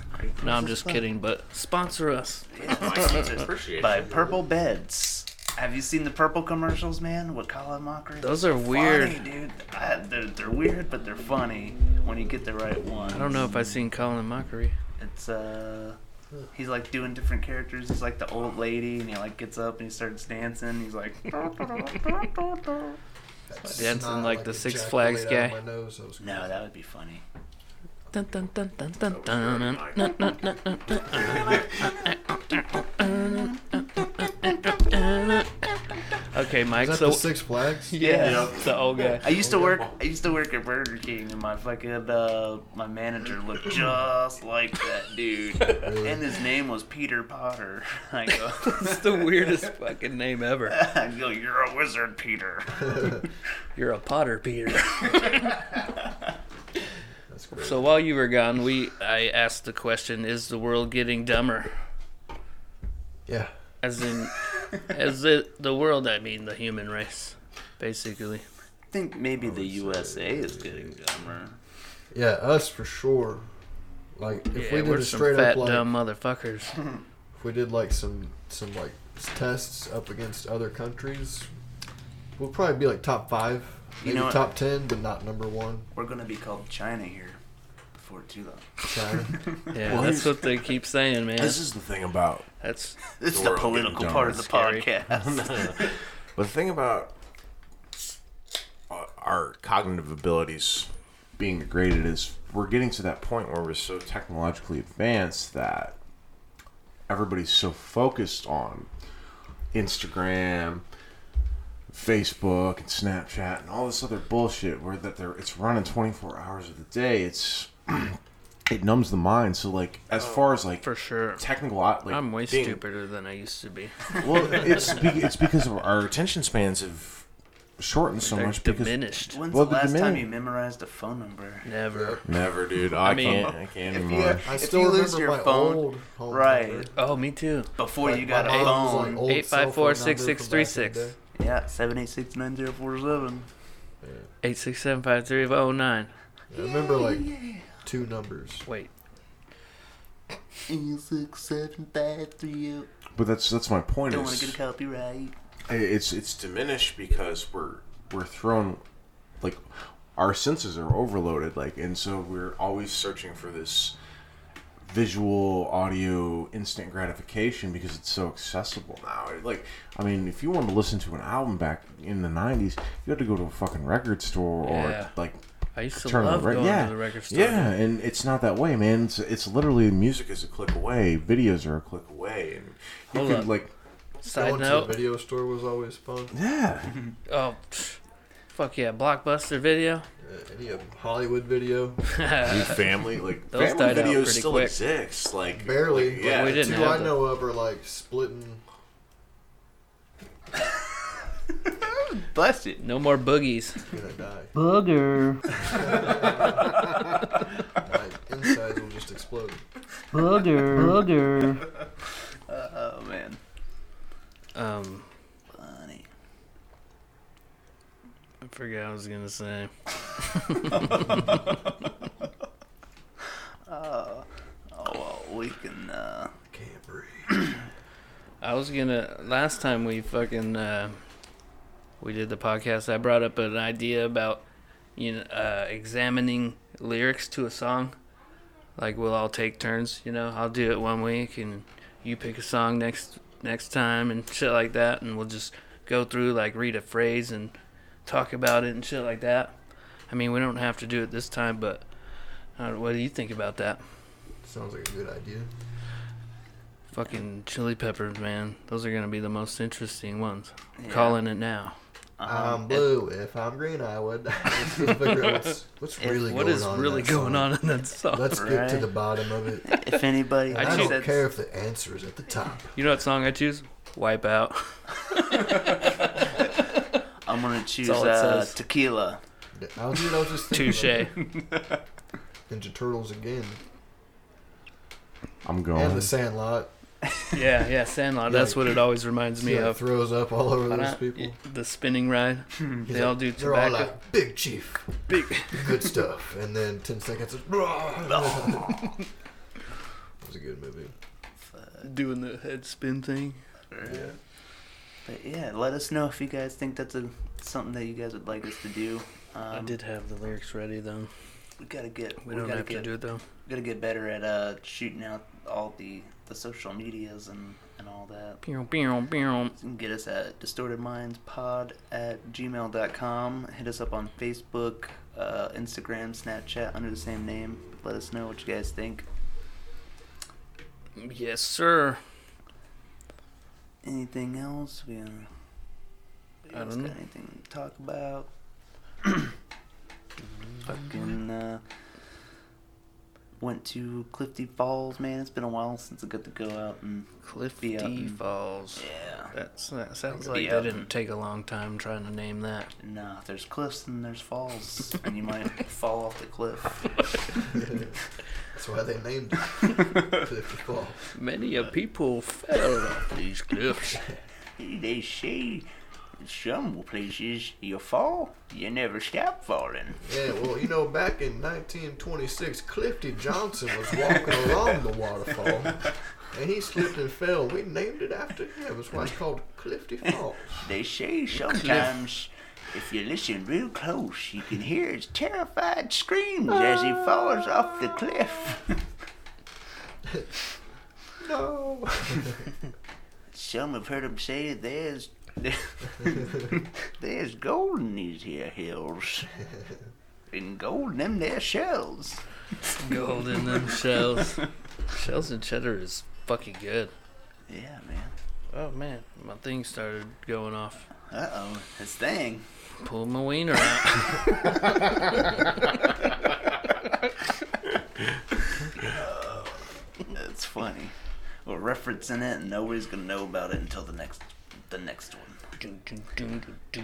No, I'm Courses just Plus. kidding, but sponsor us. Appreciate by Purple Beds. Have you seen the purple commercials, man? With Colin Mockery. Those are weird. Funny, dude. I, they're, they're weird, but they're funny. when you get the right one. I don't know if I've seen Colin Mockery. It's uh, he's like doing different characters. He's like the old lady, and he like gets up and he starts dancing. He's like, Dancing Snot like the it Six ejaculated Flags out of guy. my nose. That was no, that would be funny. Dun, dun, dun, dun, dun, dun, dun, dun, dun, dun, dun, dun. Okay, Mike. Is that So the Six Flags? yeah, Yeah. the old guy. I used to work. I used to work at Burger King, and my fucking uh, my manager looked just like that dude, and his name was Peter Potter. I go, It's the weirdest fucking name ever. I go, you're a wizard, Peter. You're a Potter, Peter. That's great. So while you were gone, we I asked the question: Is the world getting dumber? yeah. As in, as the the world, I mean the human race, basically. I think maybe the USA is getting dumber. Yeah, us for sure. Like if yeah, we we are did a some straight fat up like dumb motherfuckers. if we did like some some like s- tests up against other countries, we'll probably be like top five, You maybe know what? top ten, but not number one. We're gonna be called China here before too long. China. Yeah, Well, that's here's- what they keep saying, man. This is the thing about That's This is the The world getting political dumber part of is the scary. podcast. But the thing about uh, our cognitive abilities being degraded is we're getting to that point where we're so technologically advanced that everybody's so focused on Instagram, Facebook, and Snapchat, and all this other bullshit where that they're it's running 24 hours of the day. It's it numbs the mind. So like as far as like Oh, for sure. technical, like I'm way being- stupider than I used to be. well, it's be- it's because of our attention spans have shortened so They're much. Because diminished. When's Well, the the last time minute- you memorized a phone number? Never. never, dude. I, mean, can't. I can't if anymore. you- I If still you lose remember your my phone- old home right. computer. Oh, me too. Before Like, you my got a mom's, like, phone. old cell phone number from back in the 854-666-36. day. yeah, seven eight six nine zero four seven. Eight six seven five three oh nine. I remember like two numbers. Wait. Eight six seven five three oh. but that's that's my point. Don't is- want to get a copyright. I- it's it's diminished because we're we're thrown like our senses are overloaded like and so we're always searching for this visual audio instant gratification because it's so accessible now It- like i mean if you wanted to listen to an album back in the 90s you had to go to a fucking record store Yeah. or like I used to turn on love the re- going yeah to the record store. yeah and it's not that way man it's, it's literally music is a click away videos are a click away and you Hold could up. like Side Going to note. the video store was always fun. yeah Oh, pfft. fuck yeah! Blockbuster video. Uh, any of Hollywood video, Dude, family like Those family died out videos pretty still quick. exist. Like barely. like, but yeah, We the didn't two have I them. know of are like splitting. Bless it. No more boogies. Gonna die. Booger. My insides will just explode. Booger. Oh man, Booger. Um, funny. I forgot what I was gonna say. Oh well, we can. Uh, Can't breathe. I was gonna. Last time we fucking uh, we did the podcast, I brought up an idea about you know uh, examining lyrics to a song. Like we'll all take turns. You know, I'll do it one week, and you pick a song next next time, and shit like that. And we'll just go through like read a phrase and talk about it and shit like that. I mean, we don't have to do it this time, but uh, what do you think about that? Sounds like a good idea. Fucking chili peppers, man. Those are gonna be the most interesting ones. yeah. Calling it now. Um, I'm blue. If I'm green, I would. Let's figure out what's, what's really what going is on. in really that going song. on in that song? Let's get to Right. the bottom of it. If anybody, And I, choose- don't said- care if the answer is at the top. you know what song I choose? Wipe out. I'm gonna choose all it uh, says. tequila. I was, dude, I was just thinking Touche. about Ninja Turtles again, I'm and the going. Sandlot. yeah, yeah, Sandlot. That's what it always reminds me Yeah, of. throws up all over those people. The spinning ride. He's mm, They all do They're all tobacco. like Big Chief, Big. good stuff. And then ten seconds. Of, it was a good movie. Uh, Doing the head spin thing. Yeah. But yeah, let us know if you guys think that's a something that you guys would like us to do. Um, I did have the lyrics ready though. we gotta get We don't gotta have to get, do it though. we gotta get better at uh shooting out all the the social medias and and all that. Pew, pew, pew. You can get us at distortedmindspod at gmail.com. Hit us up on Facebook, uh, Instagram, Snapchat under the same name. Let us know what you guys think. Yes, sir. Anything else? We, uh, we I else don't got know. anything to talk about? Fucking uh, went to Clifty Falls, man. It's been a while since I got to go out and Clifty out in- Falls. yeah. That's that sounds Could like be that out in- didn't take a long time trying to name that. Nah, there's cliffs and there's falls, and you might fall off the cliff. That's why they named it 54. Many a people fell off these cliffs. They say some places you fall, you never stop falling. Yeah, well, you know, back in 1926, Clifty Johnson was walking along the waterfall, and he slipped and fell. We named it after him. That's why it's called Clifty Falls. They say sometimes if you listen real close, you can hear his terrified screams as he falls off the cliff. No. Some have heard him say there's there's gold in these here hills, and gold in them there shells. Gold in them shells. Shells and cheddar is fucking good. Yeah, man. Oh man, my thing started going off. Uh oh, this thing. Pull my wiener out. It's funny. We're referencing it, and nobody's gonna know about it until the next, the next one.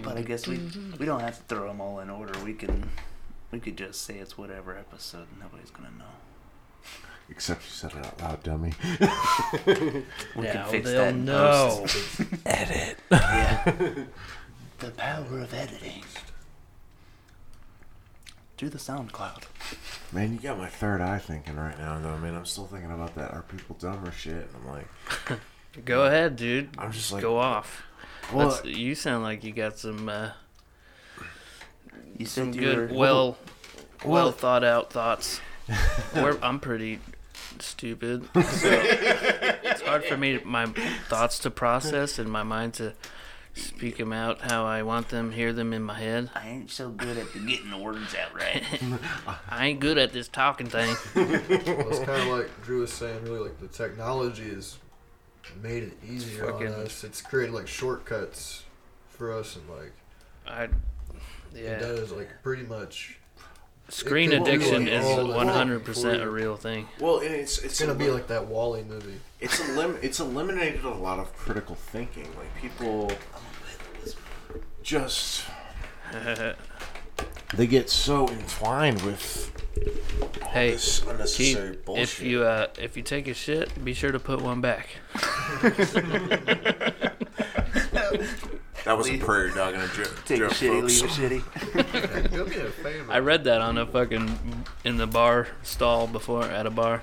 But I guess we we don't have to throw them all in order. We can, we could just say it's whatever episode. and Nobody's gonna know. Except you said it out loud, dummy. We now can fix they'll that. in know. post. The power of editing. Do the SoundCloud. Man, you got my third eye thinking right now, though. Man, I'm still thinking about that. Are people dumb or shit? And I'm like, Go ahead, dude. I'm just like, Go off. well, That's, you sound like you got some uh, You said some you good, were well, well, well- thought out thoughts. We're, I'm pretty stupid, so it's hard for me to, my thoughts to process and my mind to speak them out how I want them, hear them in my head. I ain't so good at the getting the words out right. I ain't good at this talking thing. Well, it's kind of like Drew was saying, really, like the technology has made it easier Fucking- on us. It's created like shortcuts for us, and like I it yeah, does like pretty much. screen it could be addiction like is all the- 100% a real thing. well, and it's it's, It's gonna be elim- like that Wally movie. it's elim- it's eliminated a lot of critical thinking. Like people just they get so entwined with Hey, this unnecessary Keith, bullshit. if you uh, if you take a shit, be sure to put one back. that was a prayer, dog, and a drip. Take a drip, shitty, folks. leave a shitty. You'll be a favorite. I read that on a fucking in the bar stall before at a bar.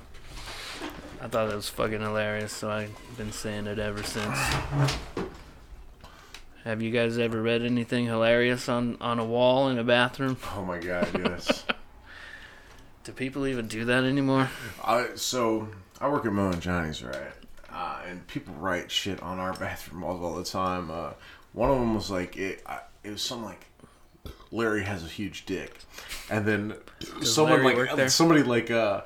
I thought it was fucking hilarious, so I've been saying it ever since. Have you guys ever read anything hilarious on, on a wall in a bathroom? Oh my god, yes. Do people even do that anymore? I so I work at Mo and Johnny's, right? Uh, and people write shit on our bathroom walls all the time. Uh, one of them was like, it, I, it was something like Larry has a huge dick, and then someone Larry work there? like somebody like uh,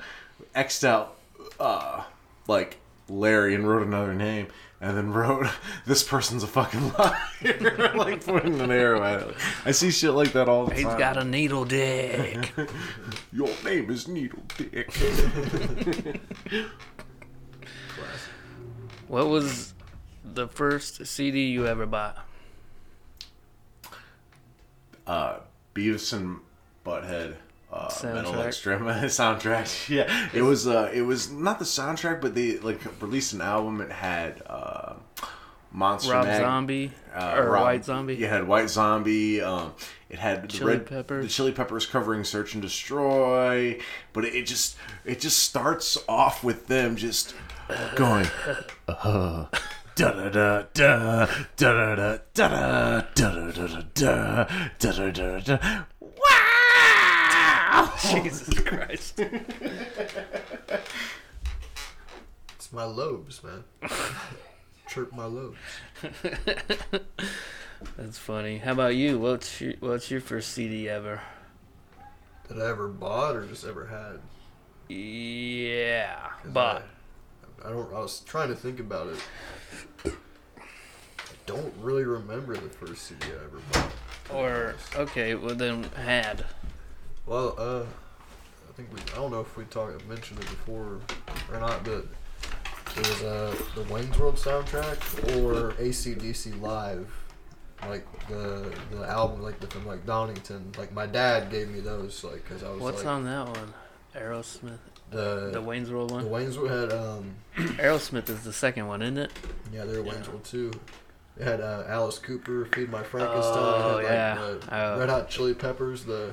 xed out uh, like Larry and wrote another name. And then wrote, "This person's a fucking liar," like pointing an arrow at it. I see shit like that all the He's time. got a needle dick. Your name is Needle Dick. what was the first CD you ever bought? uh, Beavis and Butthead uh, metal Soundtrack. extrema soundtrack. Yeah, it was. Uh, it was not the soundtrack, but they like released an album. It had uh, Monster Rob Mag- Zombie uh, or Rob- White Zombie? It had White Zombie. Um, it had Chili the red Peppers. the Chili Peppers covering Search and Destroy. But it, it just it just starts off with them just going. Uh, Da da da da da da da da da da da da da da da da da. Wow! Jesus Christ. It's my lobes, man. Chirp my lobes. That's funny. How about you? What's your What's your first CD ever? That I ever bought or just ever had. Yeah, but Uh, I, I don't. I was trying to think about it. I don't really remember the first CD I ever bought. or okay, well then had. Well, uh, I think we. I don't know if we talked mentioned it before or not, but it was uh the Wayne's World soundtrack or ACDC live, like the the album, like the, from like Donington. Like my dad gave me those, like because I was What's like Uh, on that one? Aerosmith, the the the, Wayne's World one. Wayne's World had um Aerosmith is the second one, isn't it? yeah they were Wayne's Yeah. World too. It had uh, Alice Cooper, Feed My Frankenstein, Oh, it had, like, yeah. the Oh. Red Hot Chili Peppers, the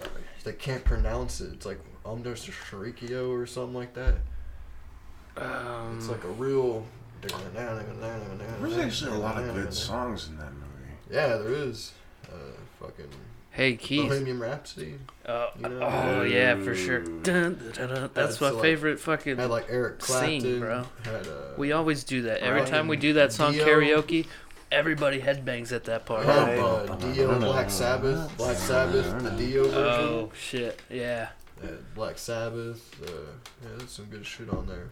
uh, they can't pronounce it. It's like Under Sharikio or something like that. Um, It's like a real. There's actually a lot of good songs in that movie. Yeah, there is. Uh, fucking hey Keith. Bohemian Rhapsody. Uh, you know? oh yeah, for sure. Ooh. Dun, dun, dun, dun. That's That's my like- favorite fucking. Had like Eric Sing, Clapton. bro. Had uh, We always do that. Every Right. time we do that song Dio. karaoke, everybody headbangs at that part. had, uh, Dio, Black Sabbath, Black Sabbath, the Dio version. Oh shit! Yeah. Had Black Sabbath. Uh, yeah, there's some good shit on there.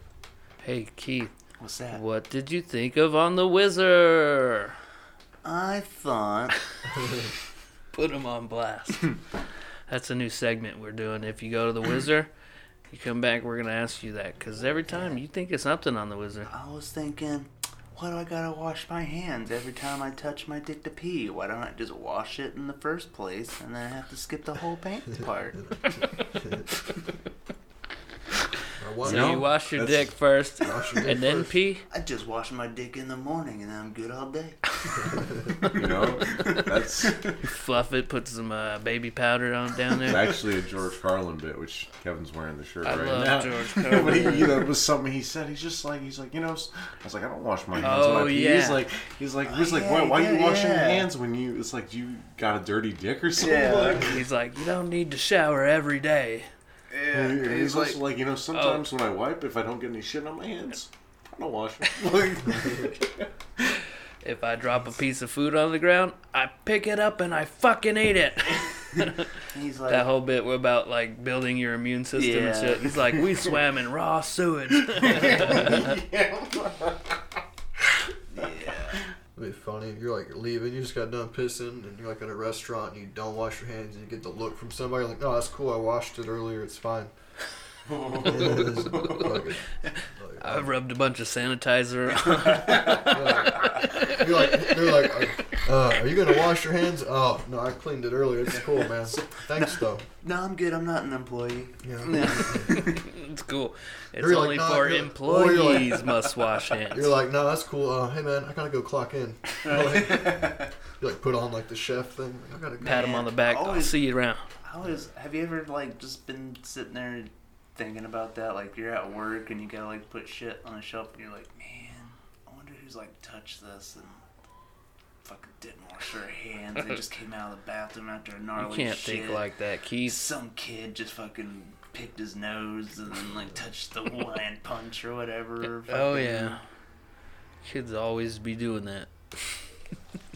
Hey Keith, What's that? what did you think of on the Wizard? I thought. Put him on blast. That's a new segment we're doing. If you go to the Wizard, you come back, we're gonna ask you that because every time you think of something on the Wizard. I was thinking, why do I gotta wash my hands every time I touch my dick to pee? Why don't I just wash it in the first place and then I have to skip the whole paint part? Or what? So No, you wash your that's- dick first, Wash your dick and then first. pee. I just wash my dick in the morning and I'm good all day. You know, that's Fluff it, put some uh, baby powder on down it's there. actually a George Carlin bit, which Kevin's wearing the shirt I right love now. George but he, Carlin. you know, it was something he said. He's just like, he's like, you know, s- I was like, I don't wash my hands when Oh, I pee. yeah. He's like, he's like, he's like, yeah, why, why are you yeah, washing your yeah. hands when you? It's like you got a dirty dick or something. Yeah. Like, He's like, you don't need to shower every day. Yeah, And he's also like, you know, sometimes when I wipe, if I don't get any shit on my hands, I don't wash them. If I drop a piece of food on the ground, I pick it up and I fucking eat it. he's that like, whole bit about like building your immune system and Yeah. shit. He's like, we swam in raw sewage. It'd be funny if you're like leaving, you just got done pissing, and you're like at a restaurant and you don't wash your hands, and you get the look from somebody like, "No, that's cool. I washed it earlier. It's fine." It's fucking- I rubbed a bunch of sanitizer. you're like, they're like, uh, "Are you gonna wash your hands?" Oh no, I cleaned it earlier. It's cool, man. Thanks though. no, I'm good. I'm not an employee. Yeah. it's cool. It's You're like, only "Nah, for you're- or you're like- employees must wash hands. You're like, "No, that's cool. Uh, hey man, I gotta go clock in." Like, you like put on like the chef thing. I gotta go. Pat him on the back. I'll Always- see you around. I was. Have you ever like just been sitting there thinking about that? Like you're at work and you gotta like put shit on a shelf and you're like, man, I wonder who's like touched this and fucking didn't wash their hands. They just came out of the bathroom after a You gnarly can't shit. think like that, Keith. some kid just fucking picked his nose and then like touched the wine punch or whatever. Oh Fucking- yeah, kids always be doing that.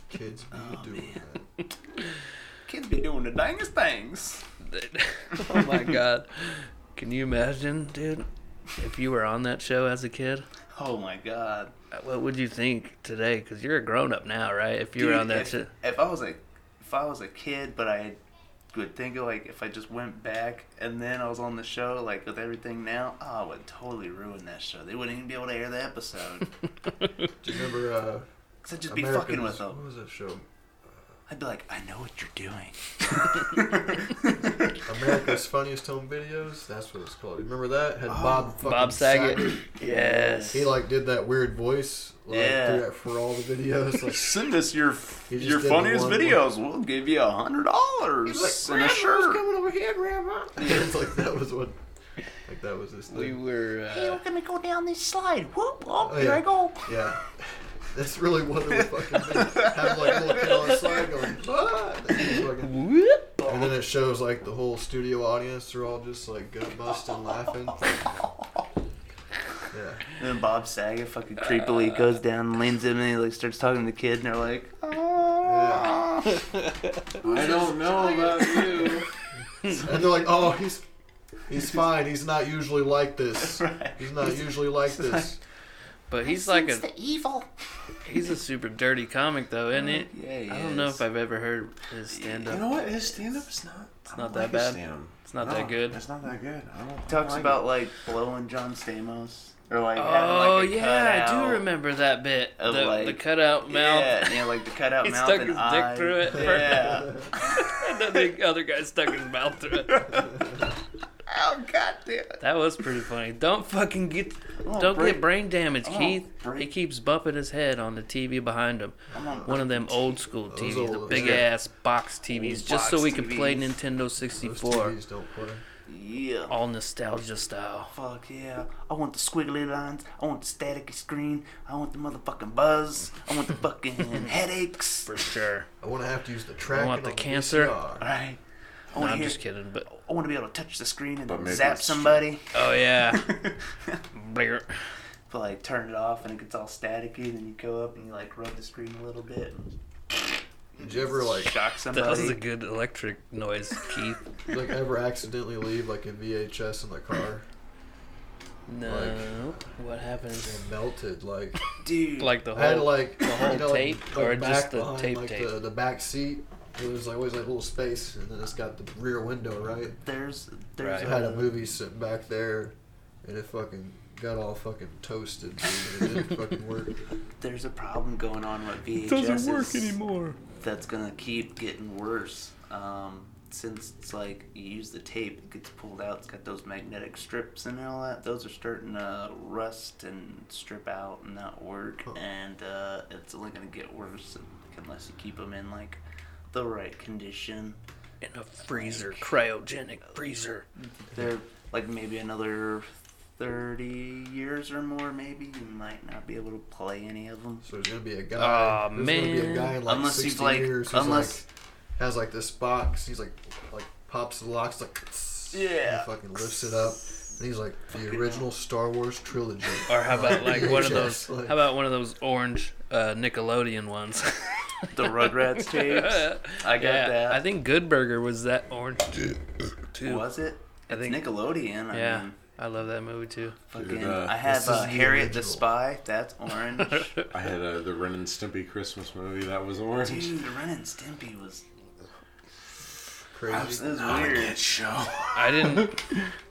Kids, what Oh, are you doing? man? Kids be doing the dangest things. oh my god, can you imagine, dude? If you were on that show as a kid, Uh, Oh my god. what would you think today? Because you're a grown up now, right? If you were Dude, on that if, shit, If I was a, if I was a kid, but I would think of like if I just went back and then I was on the show like with everything now, oh, I would totally ruin that show. They wouldn't even be able to air the episode. Do you remember? Uh, Cause I'd just be Americans- fucking with What them. was that show? I'd be like, I know what you're doing. America's Funniest Home Videos. That's what it's called. Remember that? Had Oh, Bob fucking Bob Saget. yes. He like did that weird voice like, Yeah. through that for all the videos. Like, Send us your He just your did the funniest one- videos. We'll give you a hundred dollars over here, Grandma." it's like that was what, like that was his thing. were. We're uh, gonna go down this slide. Whoop! Oh, here yeah. I go. Yeah, that's really what it would fucking be. Have like a little kid on the side going, ah! and, then he's fucking- and and then it shows like the whole studio audience. They're all just like gut busting, laughing. Yeah. And then Bob Saget fucking Uh. creepily goes down and leans in and he like starts talking to the kid and they're like, "Ah." Yeah. I don't know about you. And they're like, "Oh, he's he's fine. He's not usually like this. He's not usually like this." But he's like a the evil. he's a super dirty comic though, isn't it? Yeah, he I don't know is. if I've ever heard his stand You up. know what? His stand up is not. It's not that bad. It's not that good. It's not that good. I don't, I don't Talks like about like blowing John Stamos or like having like Oh a yeah, I cutout. do remember that bit. The, of, like- the cutout mouth. Yeah, and he had, like the cutout He mouth stuck and his dick eye. through it. Yeah. and then the other guy stuck his mouth through it. oh god damn it. That was pretty funny. Don't fucking get Oh, don't brain- get brain damage, oh, Keith. brain- He keeps bumping his head on the TV behind him. One of them old school Those TVs, the old- big yeah. ass box TVs, just so box we could play TVs. Nintendo Those 64 TVs don't play. Yeah. all nostalgia style. Fuck yeah. I want the squiggly lines. I want the staticky screen. I want the motherfucking buzz. I want the fucking headaches. For sure. I want to have to use the track. want and the on cancer. VCR. Right. I No, want, to I'm hear, just kidding, but I want to be able to touch the screen and But then maybe zap it's true. somebody. oh yeah. Brr. But like turn it off and it gets all staticky. Then you go up and you like rub the screen a little bit. Did you ever like Shock that was a somebody. good electric noise, Keith. like ever accidentally leave like a VHS in the car? No. What happens? It melted. Like Dude. Like the I had to, whole like the whole you know, like- tape like, or back just the behind, tape like, tape? The, the back seat. There's like always like a little space, and then it's got the rear window, right? there's there's Right. I had a movie sit back there, and it fucking got all fucking toasted. Dude. It didn't fucking work. there's a problem going on with VHS. anymore. That's gonna keep getting worse. Um, since it's like you use the tape, it gets pulled out. It's got those magnetic strips and all that. Those are starting to rust and strip out and not work. Huh. And uh, it's only gonna get worse unless you keep them in like the right condition. In a freezer, cryogenic freezer. They're like maybe another. 30 years or more maybe you might not be able to play any of them So there's gonna be a guy. Aw, there's gonna be man. a guy in like Unless he's, 60 like- years who's unless- like has like this box. He's like like pops the locks like tss, Yeah. He fucking lifts it up. And he's like the original Star Wars trilogy. Or how about like one of Yes, those? like- How about one of those orange uh, Nickelodeon ones? the rugrats tapes i got yeah, that I think Good Burger was that orange too. was it I think. Nickelodeon. I yeah, mean, I love that movie too. fucking. uh, I have this uh, is the Harriet the original. Spy. That's orange. I had uh, the Ren and Stimpy Christmas movie that was orange. Dude, Ren and Stimpy was. It was Crazy. weird. show. I didn't.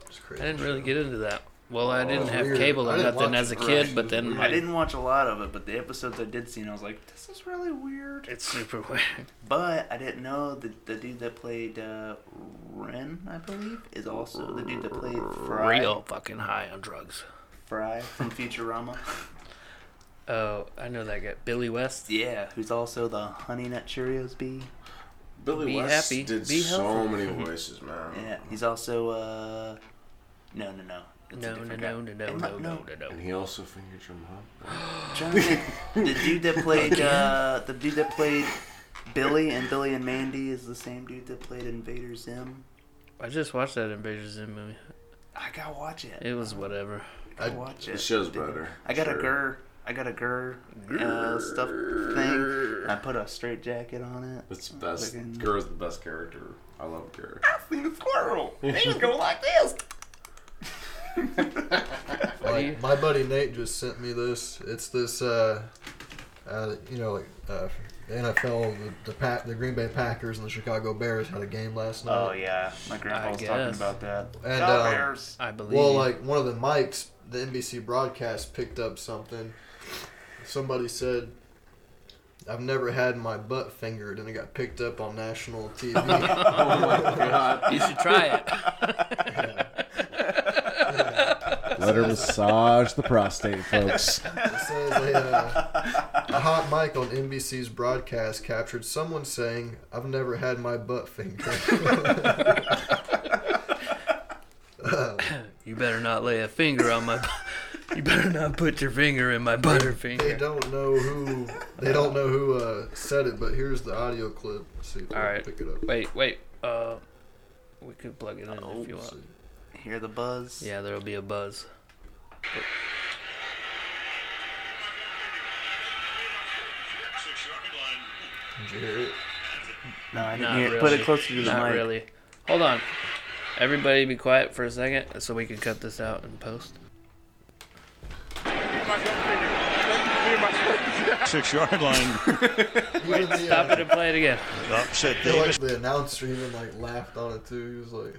It's crazy. I didn't really get into that. Well, I didn't it's have weird. cable I or didn't nothing watch as a it. kid, Right. but then I didn't watch a lot of it, but the episodes I did see, and I was like, "This is really weird." It's super weird. But I didn't know that the dude that played uh, Ren, I believe, is also the dude that played Fry. Real fucking high on drugs. Fry from Futurama. Oh, I know that guy, Billy West. yeah, who's also the Honey Nut Cheerios bee. Billy Be West happy, did be so healthy. many voices, man. Yeah, he's also uh, no, no, no. It's a No, no, different no, guy. no, no, Am I- no, no, no, no. And he also fingered your mom. Trying to think. the dude that played uh, the dude that played Billy and Billy and Mandy is the same dude that played Invader Zim. I just watched that Invasion Zim movie. I gotta watch it. It was whatever. I gotta I- watch it. The show's better. I got Sure. a gur. I got a gur uh, stuff thing. I put a straight jacket on it. That's the best. Fucking- Gur's the best character. I love Gur. I seen a squirrel. He was going like this. you- Like, my buddy Nate just sent me this. It's this, uh, uh, you know, like uh, the NFL, the the, pa- the Green Bay Packers and the Chicago Bears had a game last night. Oh yeah, my I grandpa was talking guess. about that. And, Go um, Bears. I believe. Well, like one of the mics, the NBC broadcast picked up something. Somebody said, "I've never had my butt fingered," and it got picked up on national TV. Oh my god. you should try it. Let her massage the prostate, folks. It says a, uh, a hot mic on NBC's broadcast captured someone saying, "I've never had my butt fingered." You better not lay a finger on my. You better not put your finger in my They butterfinger. don't know who they don't know who uh, said it, but here's the audio clip. Let's see if I All can right. pick it up. Wait, wait. Uh, we could plug it in if you Let's want. see. Hear the buzz? Yeah, there'll be a buzz. Did you hear it? No, I didn't Not hear really. it. Put it closer to the Not mic. really. Hold on. Everybody, be quiet for a second, so we can cut this out and post. Six yard line. Even the, Stop uh, it and play it again. Upset I feel Davis. like the announcer even like laughed on it too. He was like,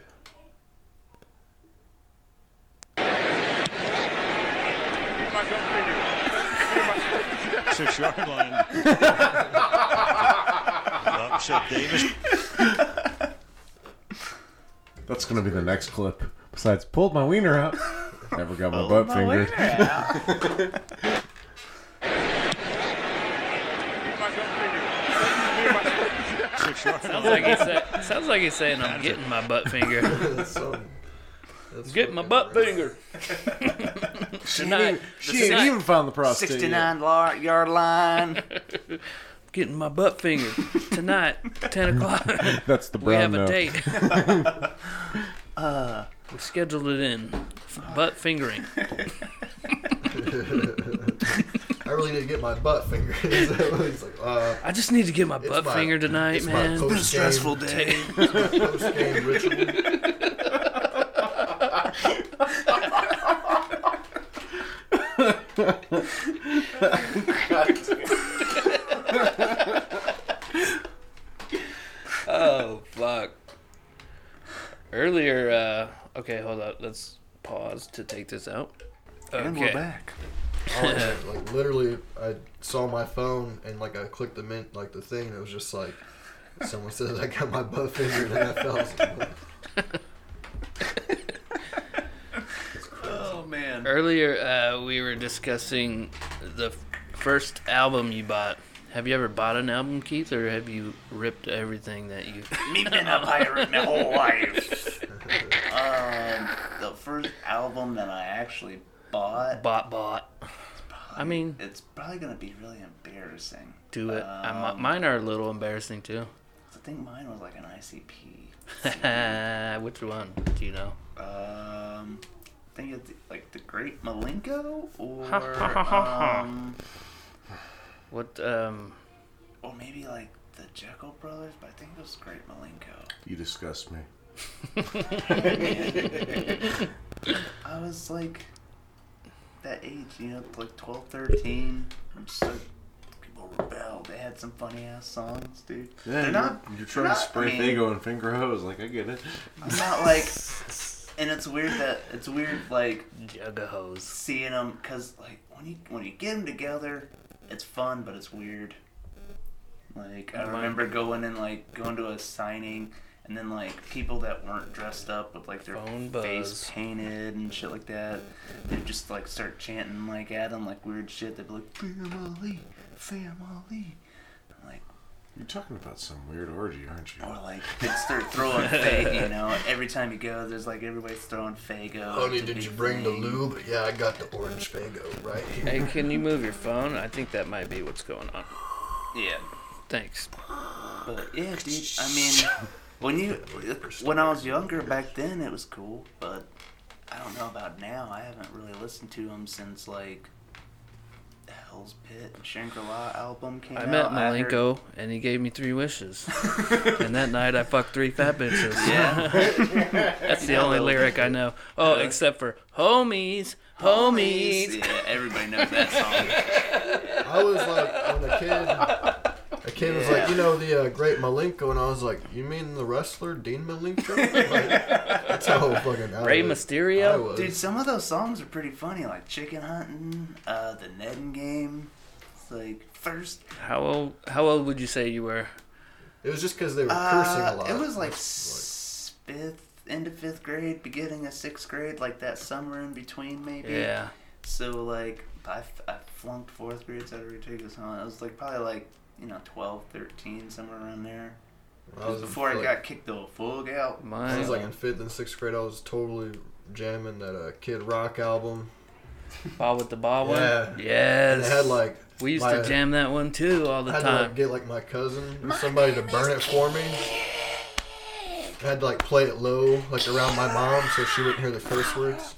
Six yard line. Upset Davis. That's gonna be the next clip. Besides, pulled my wiener out. Never got my butt fingered. Six yard line. Sounds like he's say, sounds like he's saying I'm getting my butt finger. "That's something." That's Getting my fucking butt rad. finger. She Tonight. ain't even- she Tonight. ain't even found the prostate. yet. 69 lar- yard line. Getting my butt finger tonight, ten o'clock. That's the we have brown a note. date. Uh, we scheduled it in. Uh, Butt fingering. I really need to get my butt finger. He's like, uh, I just need to get my butt my- finger tonight, it's my man. post- Been a stressful day. post game ritual. Oh fuck. Earlier, uh, okay, hold up. Let's pause to take this out. Okay. And we're back. All I had, like literally, I saw my phone and like I clicked the mint like the thing. And it was just like someone says I got my butt finger and I fell. I was like, Oh, man. Earlier, uh, we were discussing the f- first album you bought. Have you ever bought an album, Keith, or have you ripped everything that you? Me been a pirate my whole life. um, the first album that I actually bought, bought bought. I mean, it's probably gonna be really embarrassing. Um, do it. I, mi- mine are a little embarrassing too. I think mine was like an ICP. Which one do you know? Um, I think it's like the Great Malenko, or um, What? Um, or maybe like the Jekyll Brothers, but I think it was Great Malenko. You disgust me. I was like that age, you know, like 12, 13. I'm just like, people rebelled. They had some funny ass songs, dude. Yeah, they're you're, not. You're they're trying to not- spray I mean, Fago and finger hose. Like I get it. I'm not like. And it's weird that it's weird like Juggahos. seeing them because like when you when you get them together, it's fun, but it's weird. Like I remember going and like going to a signing, and then like people that weren't dressed up with like their Phone buzz. face painted and shit like that, they just like start chanting like at them like weird shit. They'd be like family, family, I'm like You're talking about some weird orgy, aren't you? or Oh, like they start throwing fake. You know, every time you go, there's like everybody's throwing uh, fago. Honey, It's a did you big bring the thing. lube? Yeah, I got the orange Fago right here. Hey, can you move your phone? I think that might be what's going on. Yeah. Thanks. But yeah, dude. I mean, when you when I was younger back then, it was cool. But I don't know about now. I haven't really listened to them since like Hell's Pit and Shangri La album came I met out. heard- Malenko, and he gave me three wishes. and that night, I fucked three fat bitches. Yeah, That's the only lyric I know. Oh, except for homies, homies. Yeah, everybody knows that song. I was like, when a kid, a kid was like, you know, the uh, great Malenko, and I was like, you mean the wrestler Dean Malenko? Like, that's how fucking out Rey of it I Mysterio. was. Dude, some of those songs are pretty funny, like Chicken Hunting, uh, the Netting Game. It's like first, How old? How old would you say you were? It was just because they were cursing a uh, lot. it was like s- fifth, end of fifth grade, beginning of sixth grade, like that summer in between, maybe. Yeah. So like I, f- I flunked fourth grade, so I had to retake this one. I was like probably like you know 12, 13, somewhere around there. When It was in, before I like- got kicked the fuck out. I Mine. was like in fifth and sixth grade. I was totally jamming that uh, Kid Rock album. Bob with the Bob Yeah. one. Yes. I had like we used my- to jam that one too all the I had to time. like, get like my cousin or somebody to burn it for me. I had to like play it low, like around my mom, so she wouldn't hear the curse words.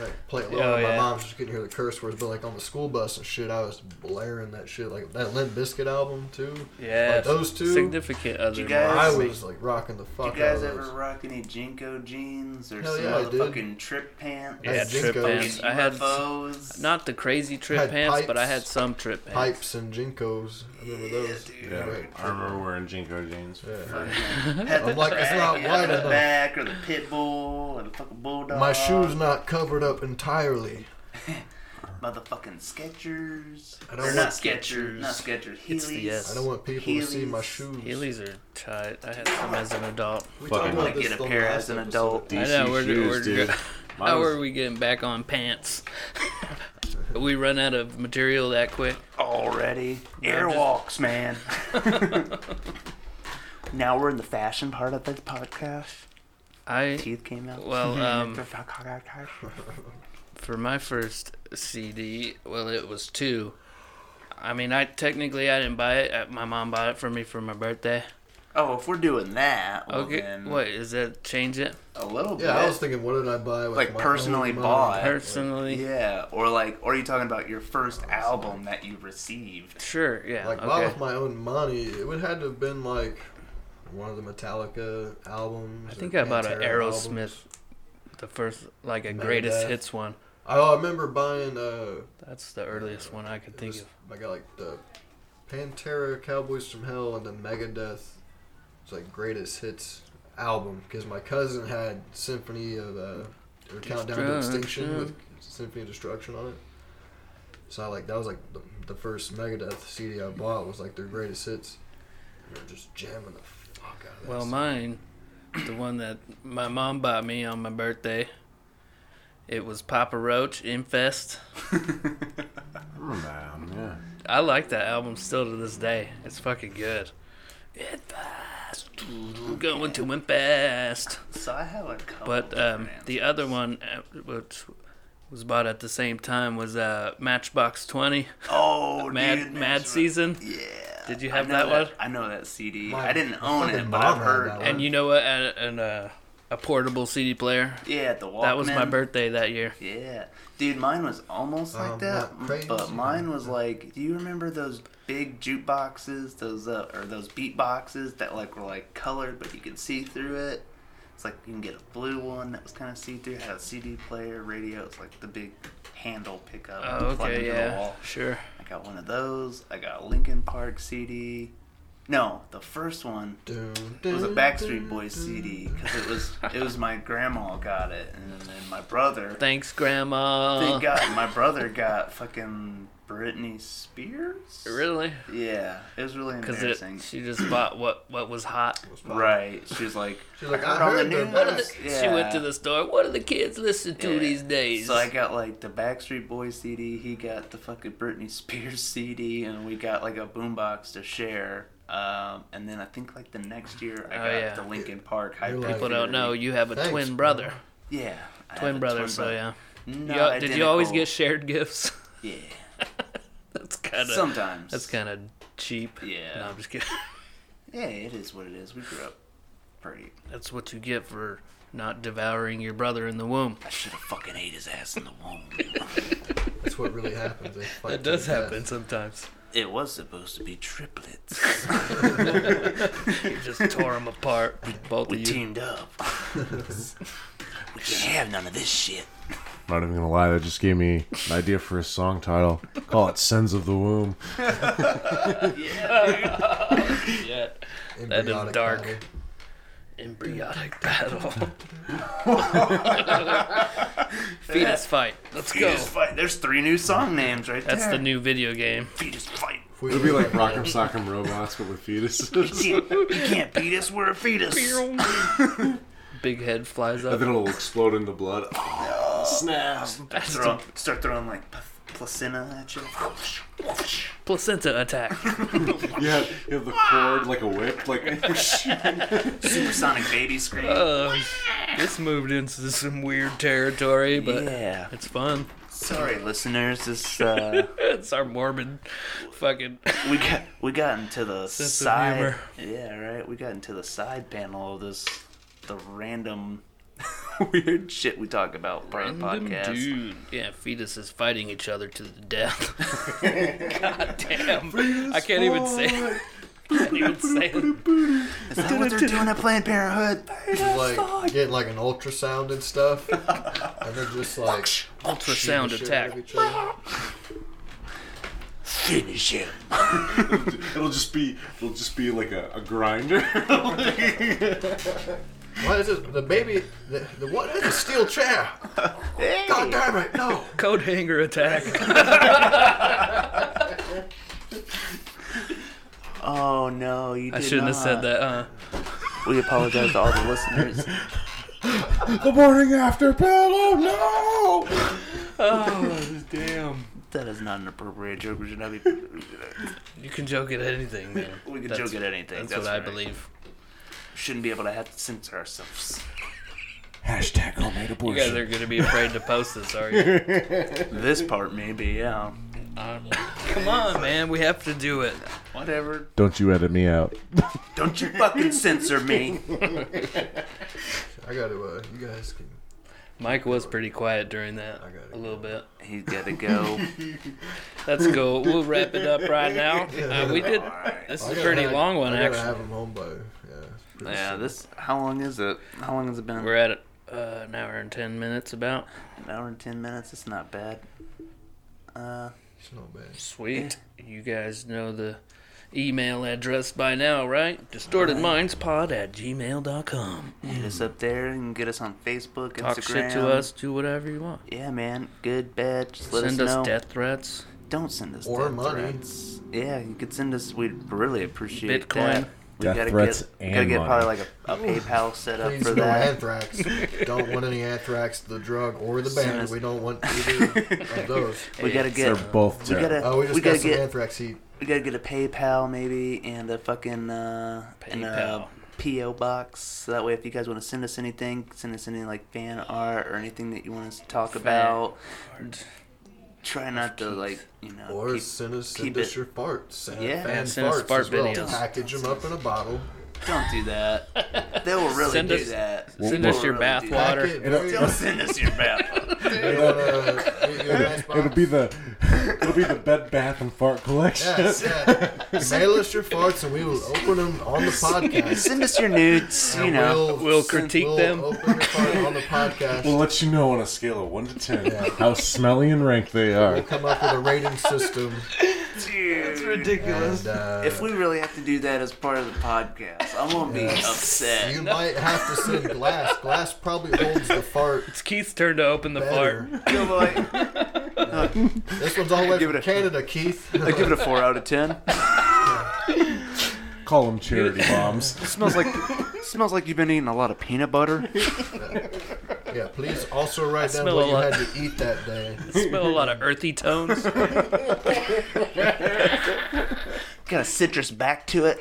Like play it low, Oh, around my yeah. mom so she couldn't hear the curse words. But like on the school bus and shit, I was blaring that shit, like that Limp Bizkit album too. yeah. like, those two- Significant other. you guys- ones. I was like rocking the You fuck out of guys those. ever rock any Jinko jeans or Hell some yeah, I did. motherfucking trip pants? Yeah, That's trip Jinkos. pants. I had UFOs. not the crazy trip Had pants, but I pipes. had some trip pants. Pipes and Jinkos, I remember those. Yeah, Right. I remember wearing Jinko jeans. Yeah. Had the I'm like, it's track, not you had wide the enough. back or the pit bull or the fucking bulldog. My shoes not covered up entirely. Motherfucking Skechers. I don't Or not want- Skechers. Not Skechers. It's the Heelys. S. I don't want people to see Heelys. my shoes. Heelys are tight. I had some as an adult. We Fucking- talked I'm about gonna this get a on the pair last as an episode. adult. DC I know, we're- shoes, we're dude. good. Mine How was- are we getting back on pants? we run out of material that quick. Already. Airwalks, man. now we're in the fashion part of this podcast. I Teeth came out. well, um, for my first CD, well, it was two. I mean, I technically I didn't buy it. Uh, My mom bought it for me for my birthday. oh, if we're doing that, well, Okay, then what is that? Change it A little bit. Yeah, I was thinking, what did I buy? With Like, my personally own money? bought. personally. yeah, or like, or are you talking about your first album that you received? Sure, yeah. Like bought okay. with my own money. It would had to have been like one of the Metallica albums. I think or I bought an Pantera Aerosmith, albums. the first like a Megadeth. greatest hits one. Oh, I remember buying. Uh, That's the earliest one I could it think was- of. I got like the Pantera, Cowboys from Hell, and the Megadeth. It's like greatest hits album because my cousin had Symphony of uh, or Countdown to Extinction with Symphony of Destruction on it. So I like that was like the, the first Megadeth CD I bought was like their greatest hits. We were just jamming the fuck out of that. Well, song. mine, the one that my mom bought me on my birthday, it was Papa Roach Infest. I remember that album, yeah. I like that album still to this day. It's fucking good. Infest, going to Infest. So I have a couple. But um, different the answers. other one, uh, which was bought at the same time, was uh, Matchbox Twenty, oh, Mad dude, Mad that's right. Season. Yeah. Did you I have know that one? I know that CD. My- I didn't my own fucking it, but mom I've had heard. that And you know what? And, and uh, a portable CD player. Yeah, at the Walkman. That was my birthday that year. Yeah, dude, mine was almost like Um, that, not crazy. but mine was like, do you remember those big jukeboxes, those uh, or those beat boxes that like were like colored, but you could see through it? It's like you can get a blue one that was kind of see through. Had a CD player, radio. It's like the big handle pickup. Oh, and plug okay, into the yeah, wall. sure. I got one of those. I got a Linkin Park CD. No, the first one Dun, it was dun, a Backstreet dun, Boys dun. CD because it was it was my grandma got it, and then my brother. Thanks, Grandma. Thank God, my brother got fucking Britney Spears. Really? Yeah, it was really Because embarrassing. it she just bought what what was hot. right? She's like, She's like, I I heard on the heard they're news. What are the, Yeah. She went to the store. What do the kids listen to yeah. these days? So I got like the Backstreet Boys CD. He got the fucking Britney Spears CD, and we got like a boombox to share. Um, and then I think like the next year I Oh, got yeah. the Linkin Park. You're Hyper like- People don't know uh, you have a Thanks, twin bro. brother. Yeah, I have a Twin brother. so yeah. No, You- did you always identical. get shared gifts? Yeah. that's kind of Sometimes. that's kind of cheap. Yeah. No, I'm just kidding. Yeah, it is what it is. We grew up pretty. That's what you get for not devouring your brother in the womb. I should have fucking ate his ass in the womb. That's what really happens. They fight That does to the death. happen sometimes. it was supposed to be triplets. You just tore them apart, both of We you. teamed up. we can't have none of this shit. Not even gonna lie, that just gave me an idea for a song title. Call it "Sons of the Womb." Yeah. is Embryonic dark. battle. Embryotic battle. Fetus fight. Let's go. Fetus fight. There's three new song names right That's there. the new video game. fetus fight. If we It'd be live like Rock'em Sock'em Robots, but with fetuses. You can't, you can't beat us. We're a fetus. Big head flies and up. then it'll explode into blood. Oh, snap! That's Throw, start throwing like p- placenta at you. placenta attack. You have, you have the cord like a whip, like Supersonic baby scream. Um, this moved into some weird territory, but yeah. it's fun. Sorry, listeners. This uh, It's our morbid fucking. we got we got into the of side. humor. Yeah, right. We got into the side panel of this, the random weird shit we talk about per Random podcast. Dude. Yeah, fetuses fighting each other to the death. God damn. I can't even say it. can't even say it. Is that what they're doing at Planned Parenthood? like get like an ultrasound and stuff, and they're just like Ultrasound shit attack. out of each other. Finish him. it'll just be it'll just be like a, a grinder. Why is it the baby? The, the what is a steel chair? God damn it! No. Coat hanger attack. Oh no, you. Did I shouldn't have said not. that. Uh, We apologize to all the listeners. The morning after pillow. No. Oh, damn. That is not an appropriate joke. We should not be. You can joke at anything, man. We can That's- joke at anything. That's, That's, what I right. believe. Shouldn't be able to have to censor ourselves. Hashtag homemade You guys abortion. are gonna be afraid to post this, are you? This part, maybe, yeah. Come on, man. We have to do it. Whatever. Don't you edit me out. Don't you fucking censor me. I gotta. Uh, you guys can. Mike was pretty quiet during that. I gotta A little bit. He's gotta go. Let's go. We'll wrap it up right now. Uh, we did. This is I a gotta pretty have- long one, I gotta actually. have him home by. Yeah. pretty Yeah, soon. this. How long is it? How long has it been? We're at uh, an hour and ten minutes, about. An hour and ten minutes. It's not bad. Uh, It's not bad. Sweet. You guys know the email address by now, right? DistortedMindspod at gmail.com. hit us up there and get us on Facebook, Hmm. Talk Instagram. shit to us. Do whatever you want. Yeah, man. Good, bad. Just let Send us us, know. death threats. Don't send us Or death money. threats. Yeah, you could send us. We'd really appreciate Bitcoin. that. We Death gotta threats get, and gotta get money. probably like a, a PayPal set up Please for no that. anthrax. don't want any anthrax, the drug, or the Soon band. as- We don't want either of those. We gotta They're get. both We terrible. gotta. Oh, we just we got gotta some get. anthrax heat. We gotta get a PayPal maybe and a fucking uh, and a PO box. So that way, if you guys want to send us anything, send us any like fan art or anything that you want us to talk about. Try not to like you know. Or keep- send us, keep send us it. your farts. Send Yeah. fan Send us farts fart as well. videos. Package them up in a bottle. don't do that. they will really Send do us- that. Send They us will your really bath do that. water. Pack it very- Don't send us your bath. you wanna- you- you guys It'll be the it'll be the Bed Bath and Fart collection. Yes, yeah. Mail us your farts and we will open them on the podcast. Send us your nudes. You And know. We'll critique we'll them. Open your fart on the podcast. We'll We'll let you know on a scale of one to ten how smelly and rank they are. come up with a rating system. Dude. And, uh, If we really have to do that as part of the podcast, I'm gonna be upset. you might have to send glass. Glass probably holds the fart It's Keith's turn to open the better. fart. You're like, This one's all the way Give from it a- Canada, Keith. I give it a four out of ten. Call them charity bombs. smells like smells like you've been eating a lot of peanut butter. yeah, please also write down smell what a you lot. had to eat that day. Smell a lot of earthy tones. Got a citrus back to it.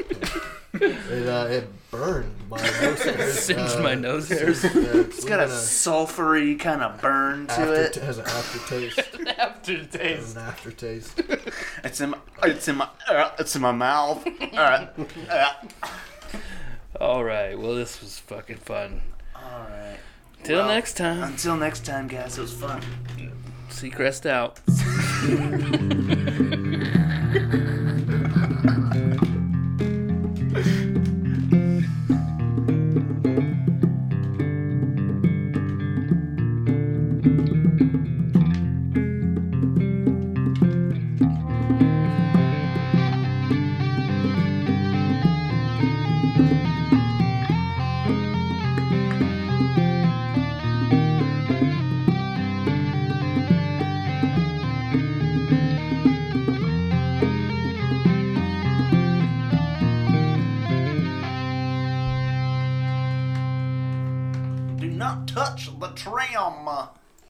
It, uh, it burned my nose. hairs, Singed uh, my nose hairs. Yeah, it's It's got a sulfury kind of burn to after, it. has an aftertaste. Aftertaste. Has an aftertaste. It's in my, it's in my, uh, it's in my mouth. Alright. All right. Well, this was fucking fun. Alright. Till Well, next time. Until next time, guys. It was fun. Seacrest out. Do not touch the trim.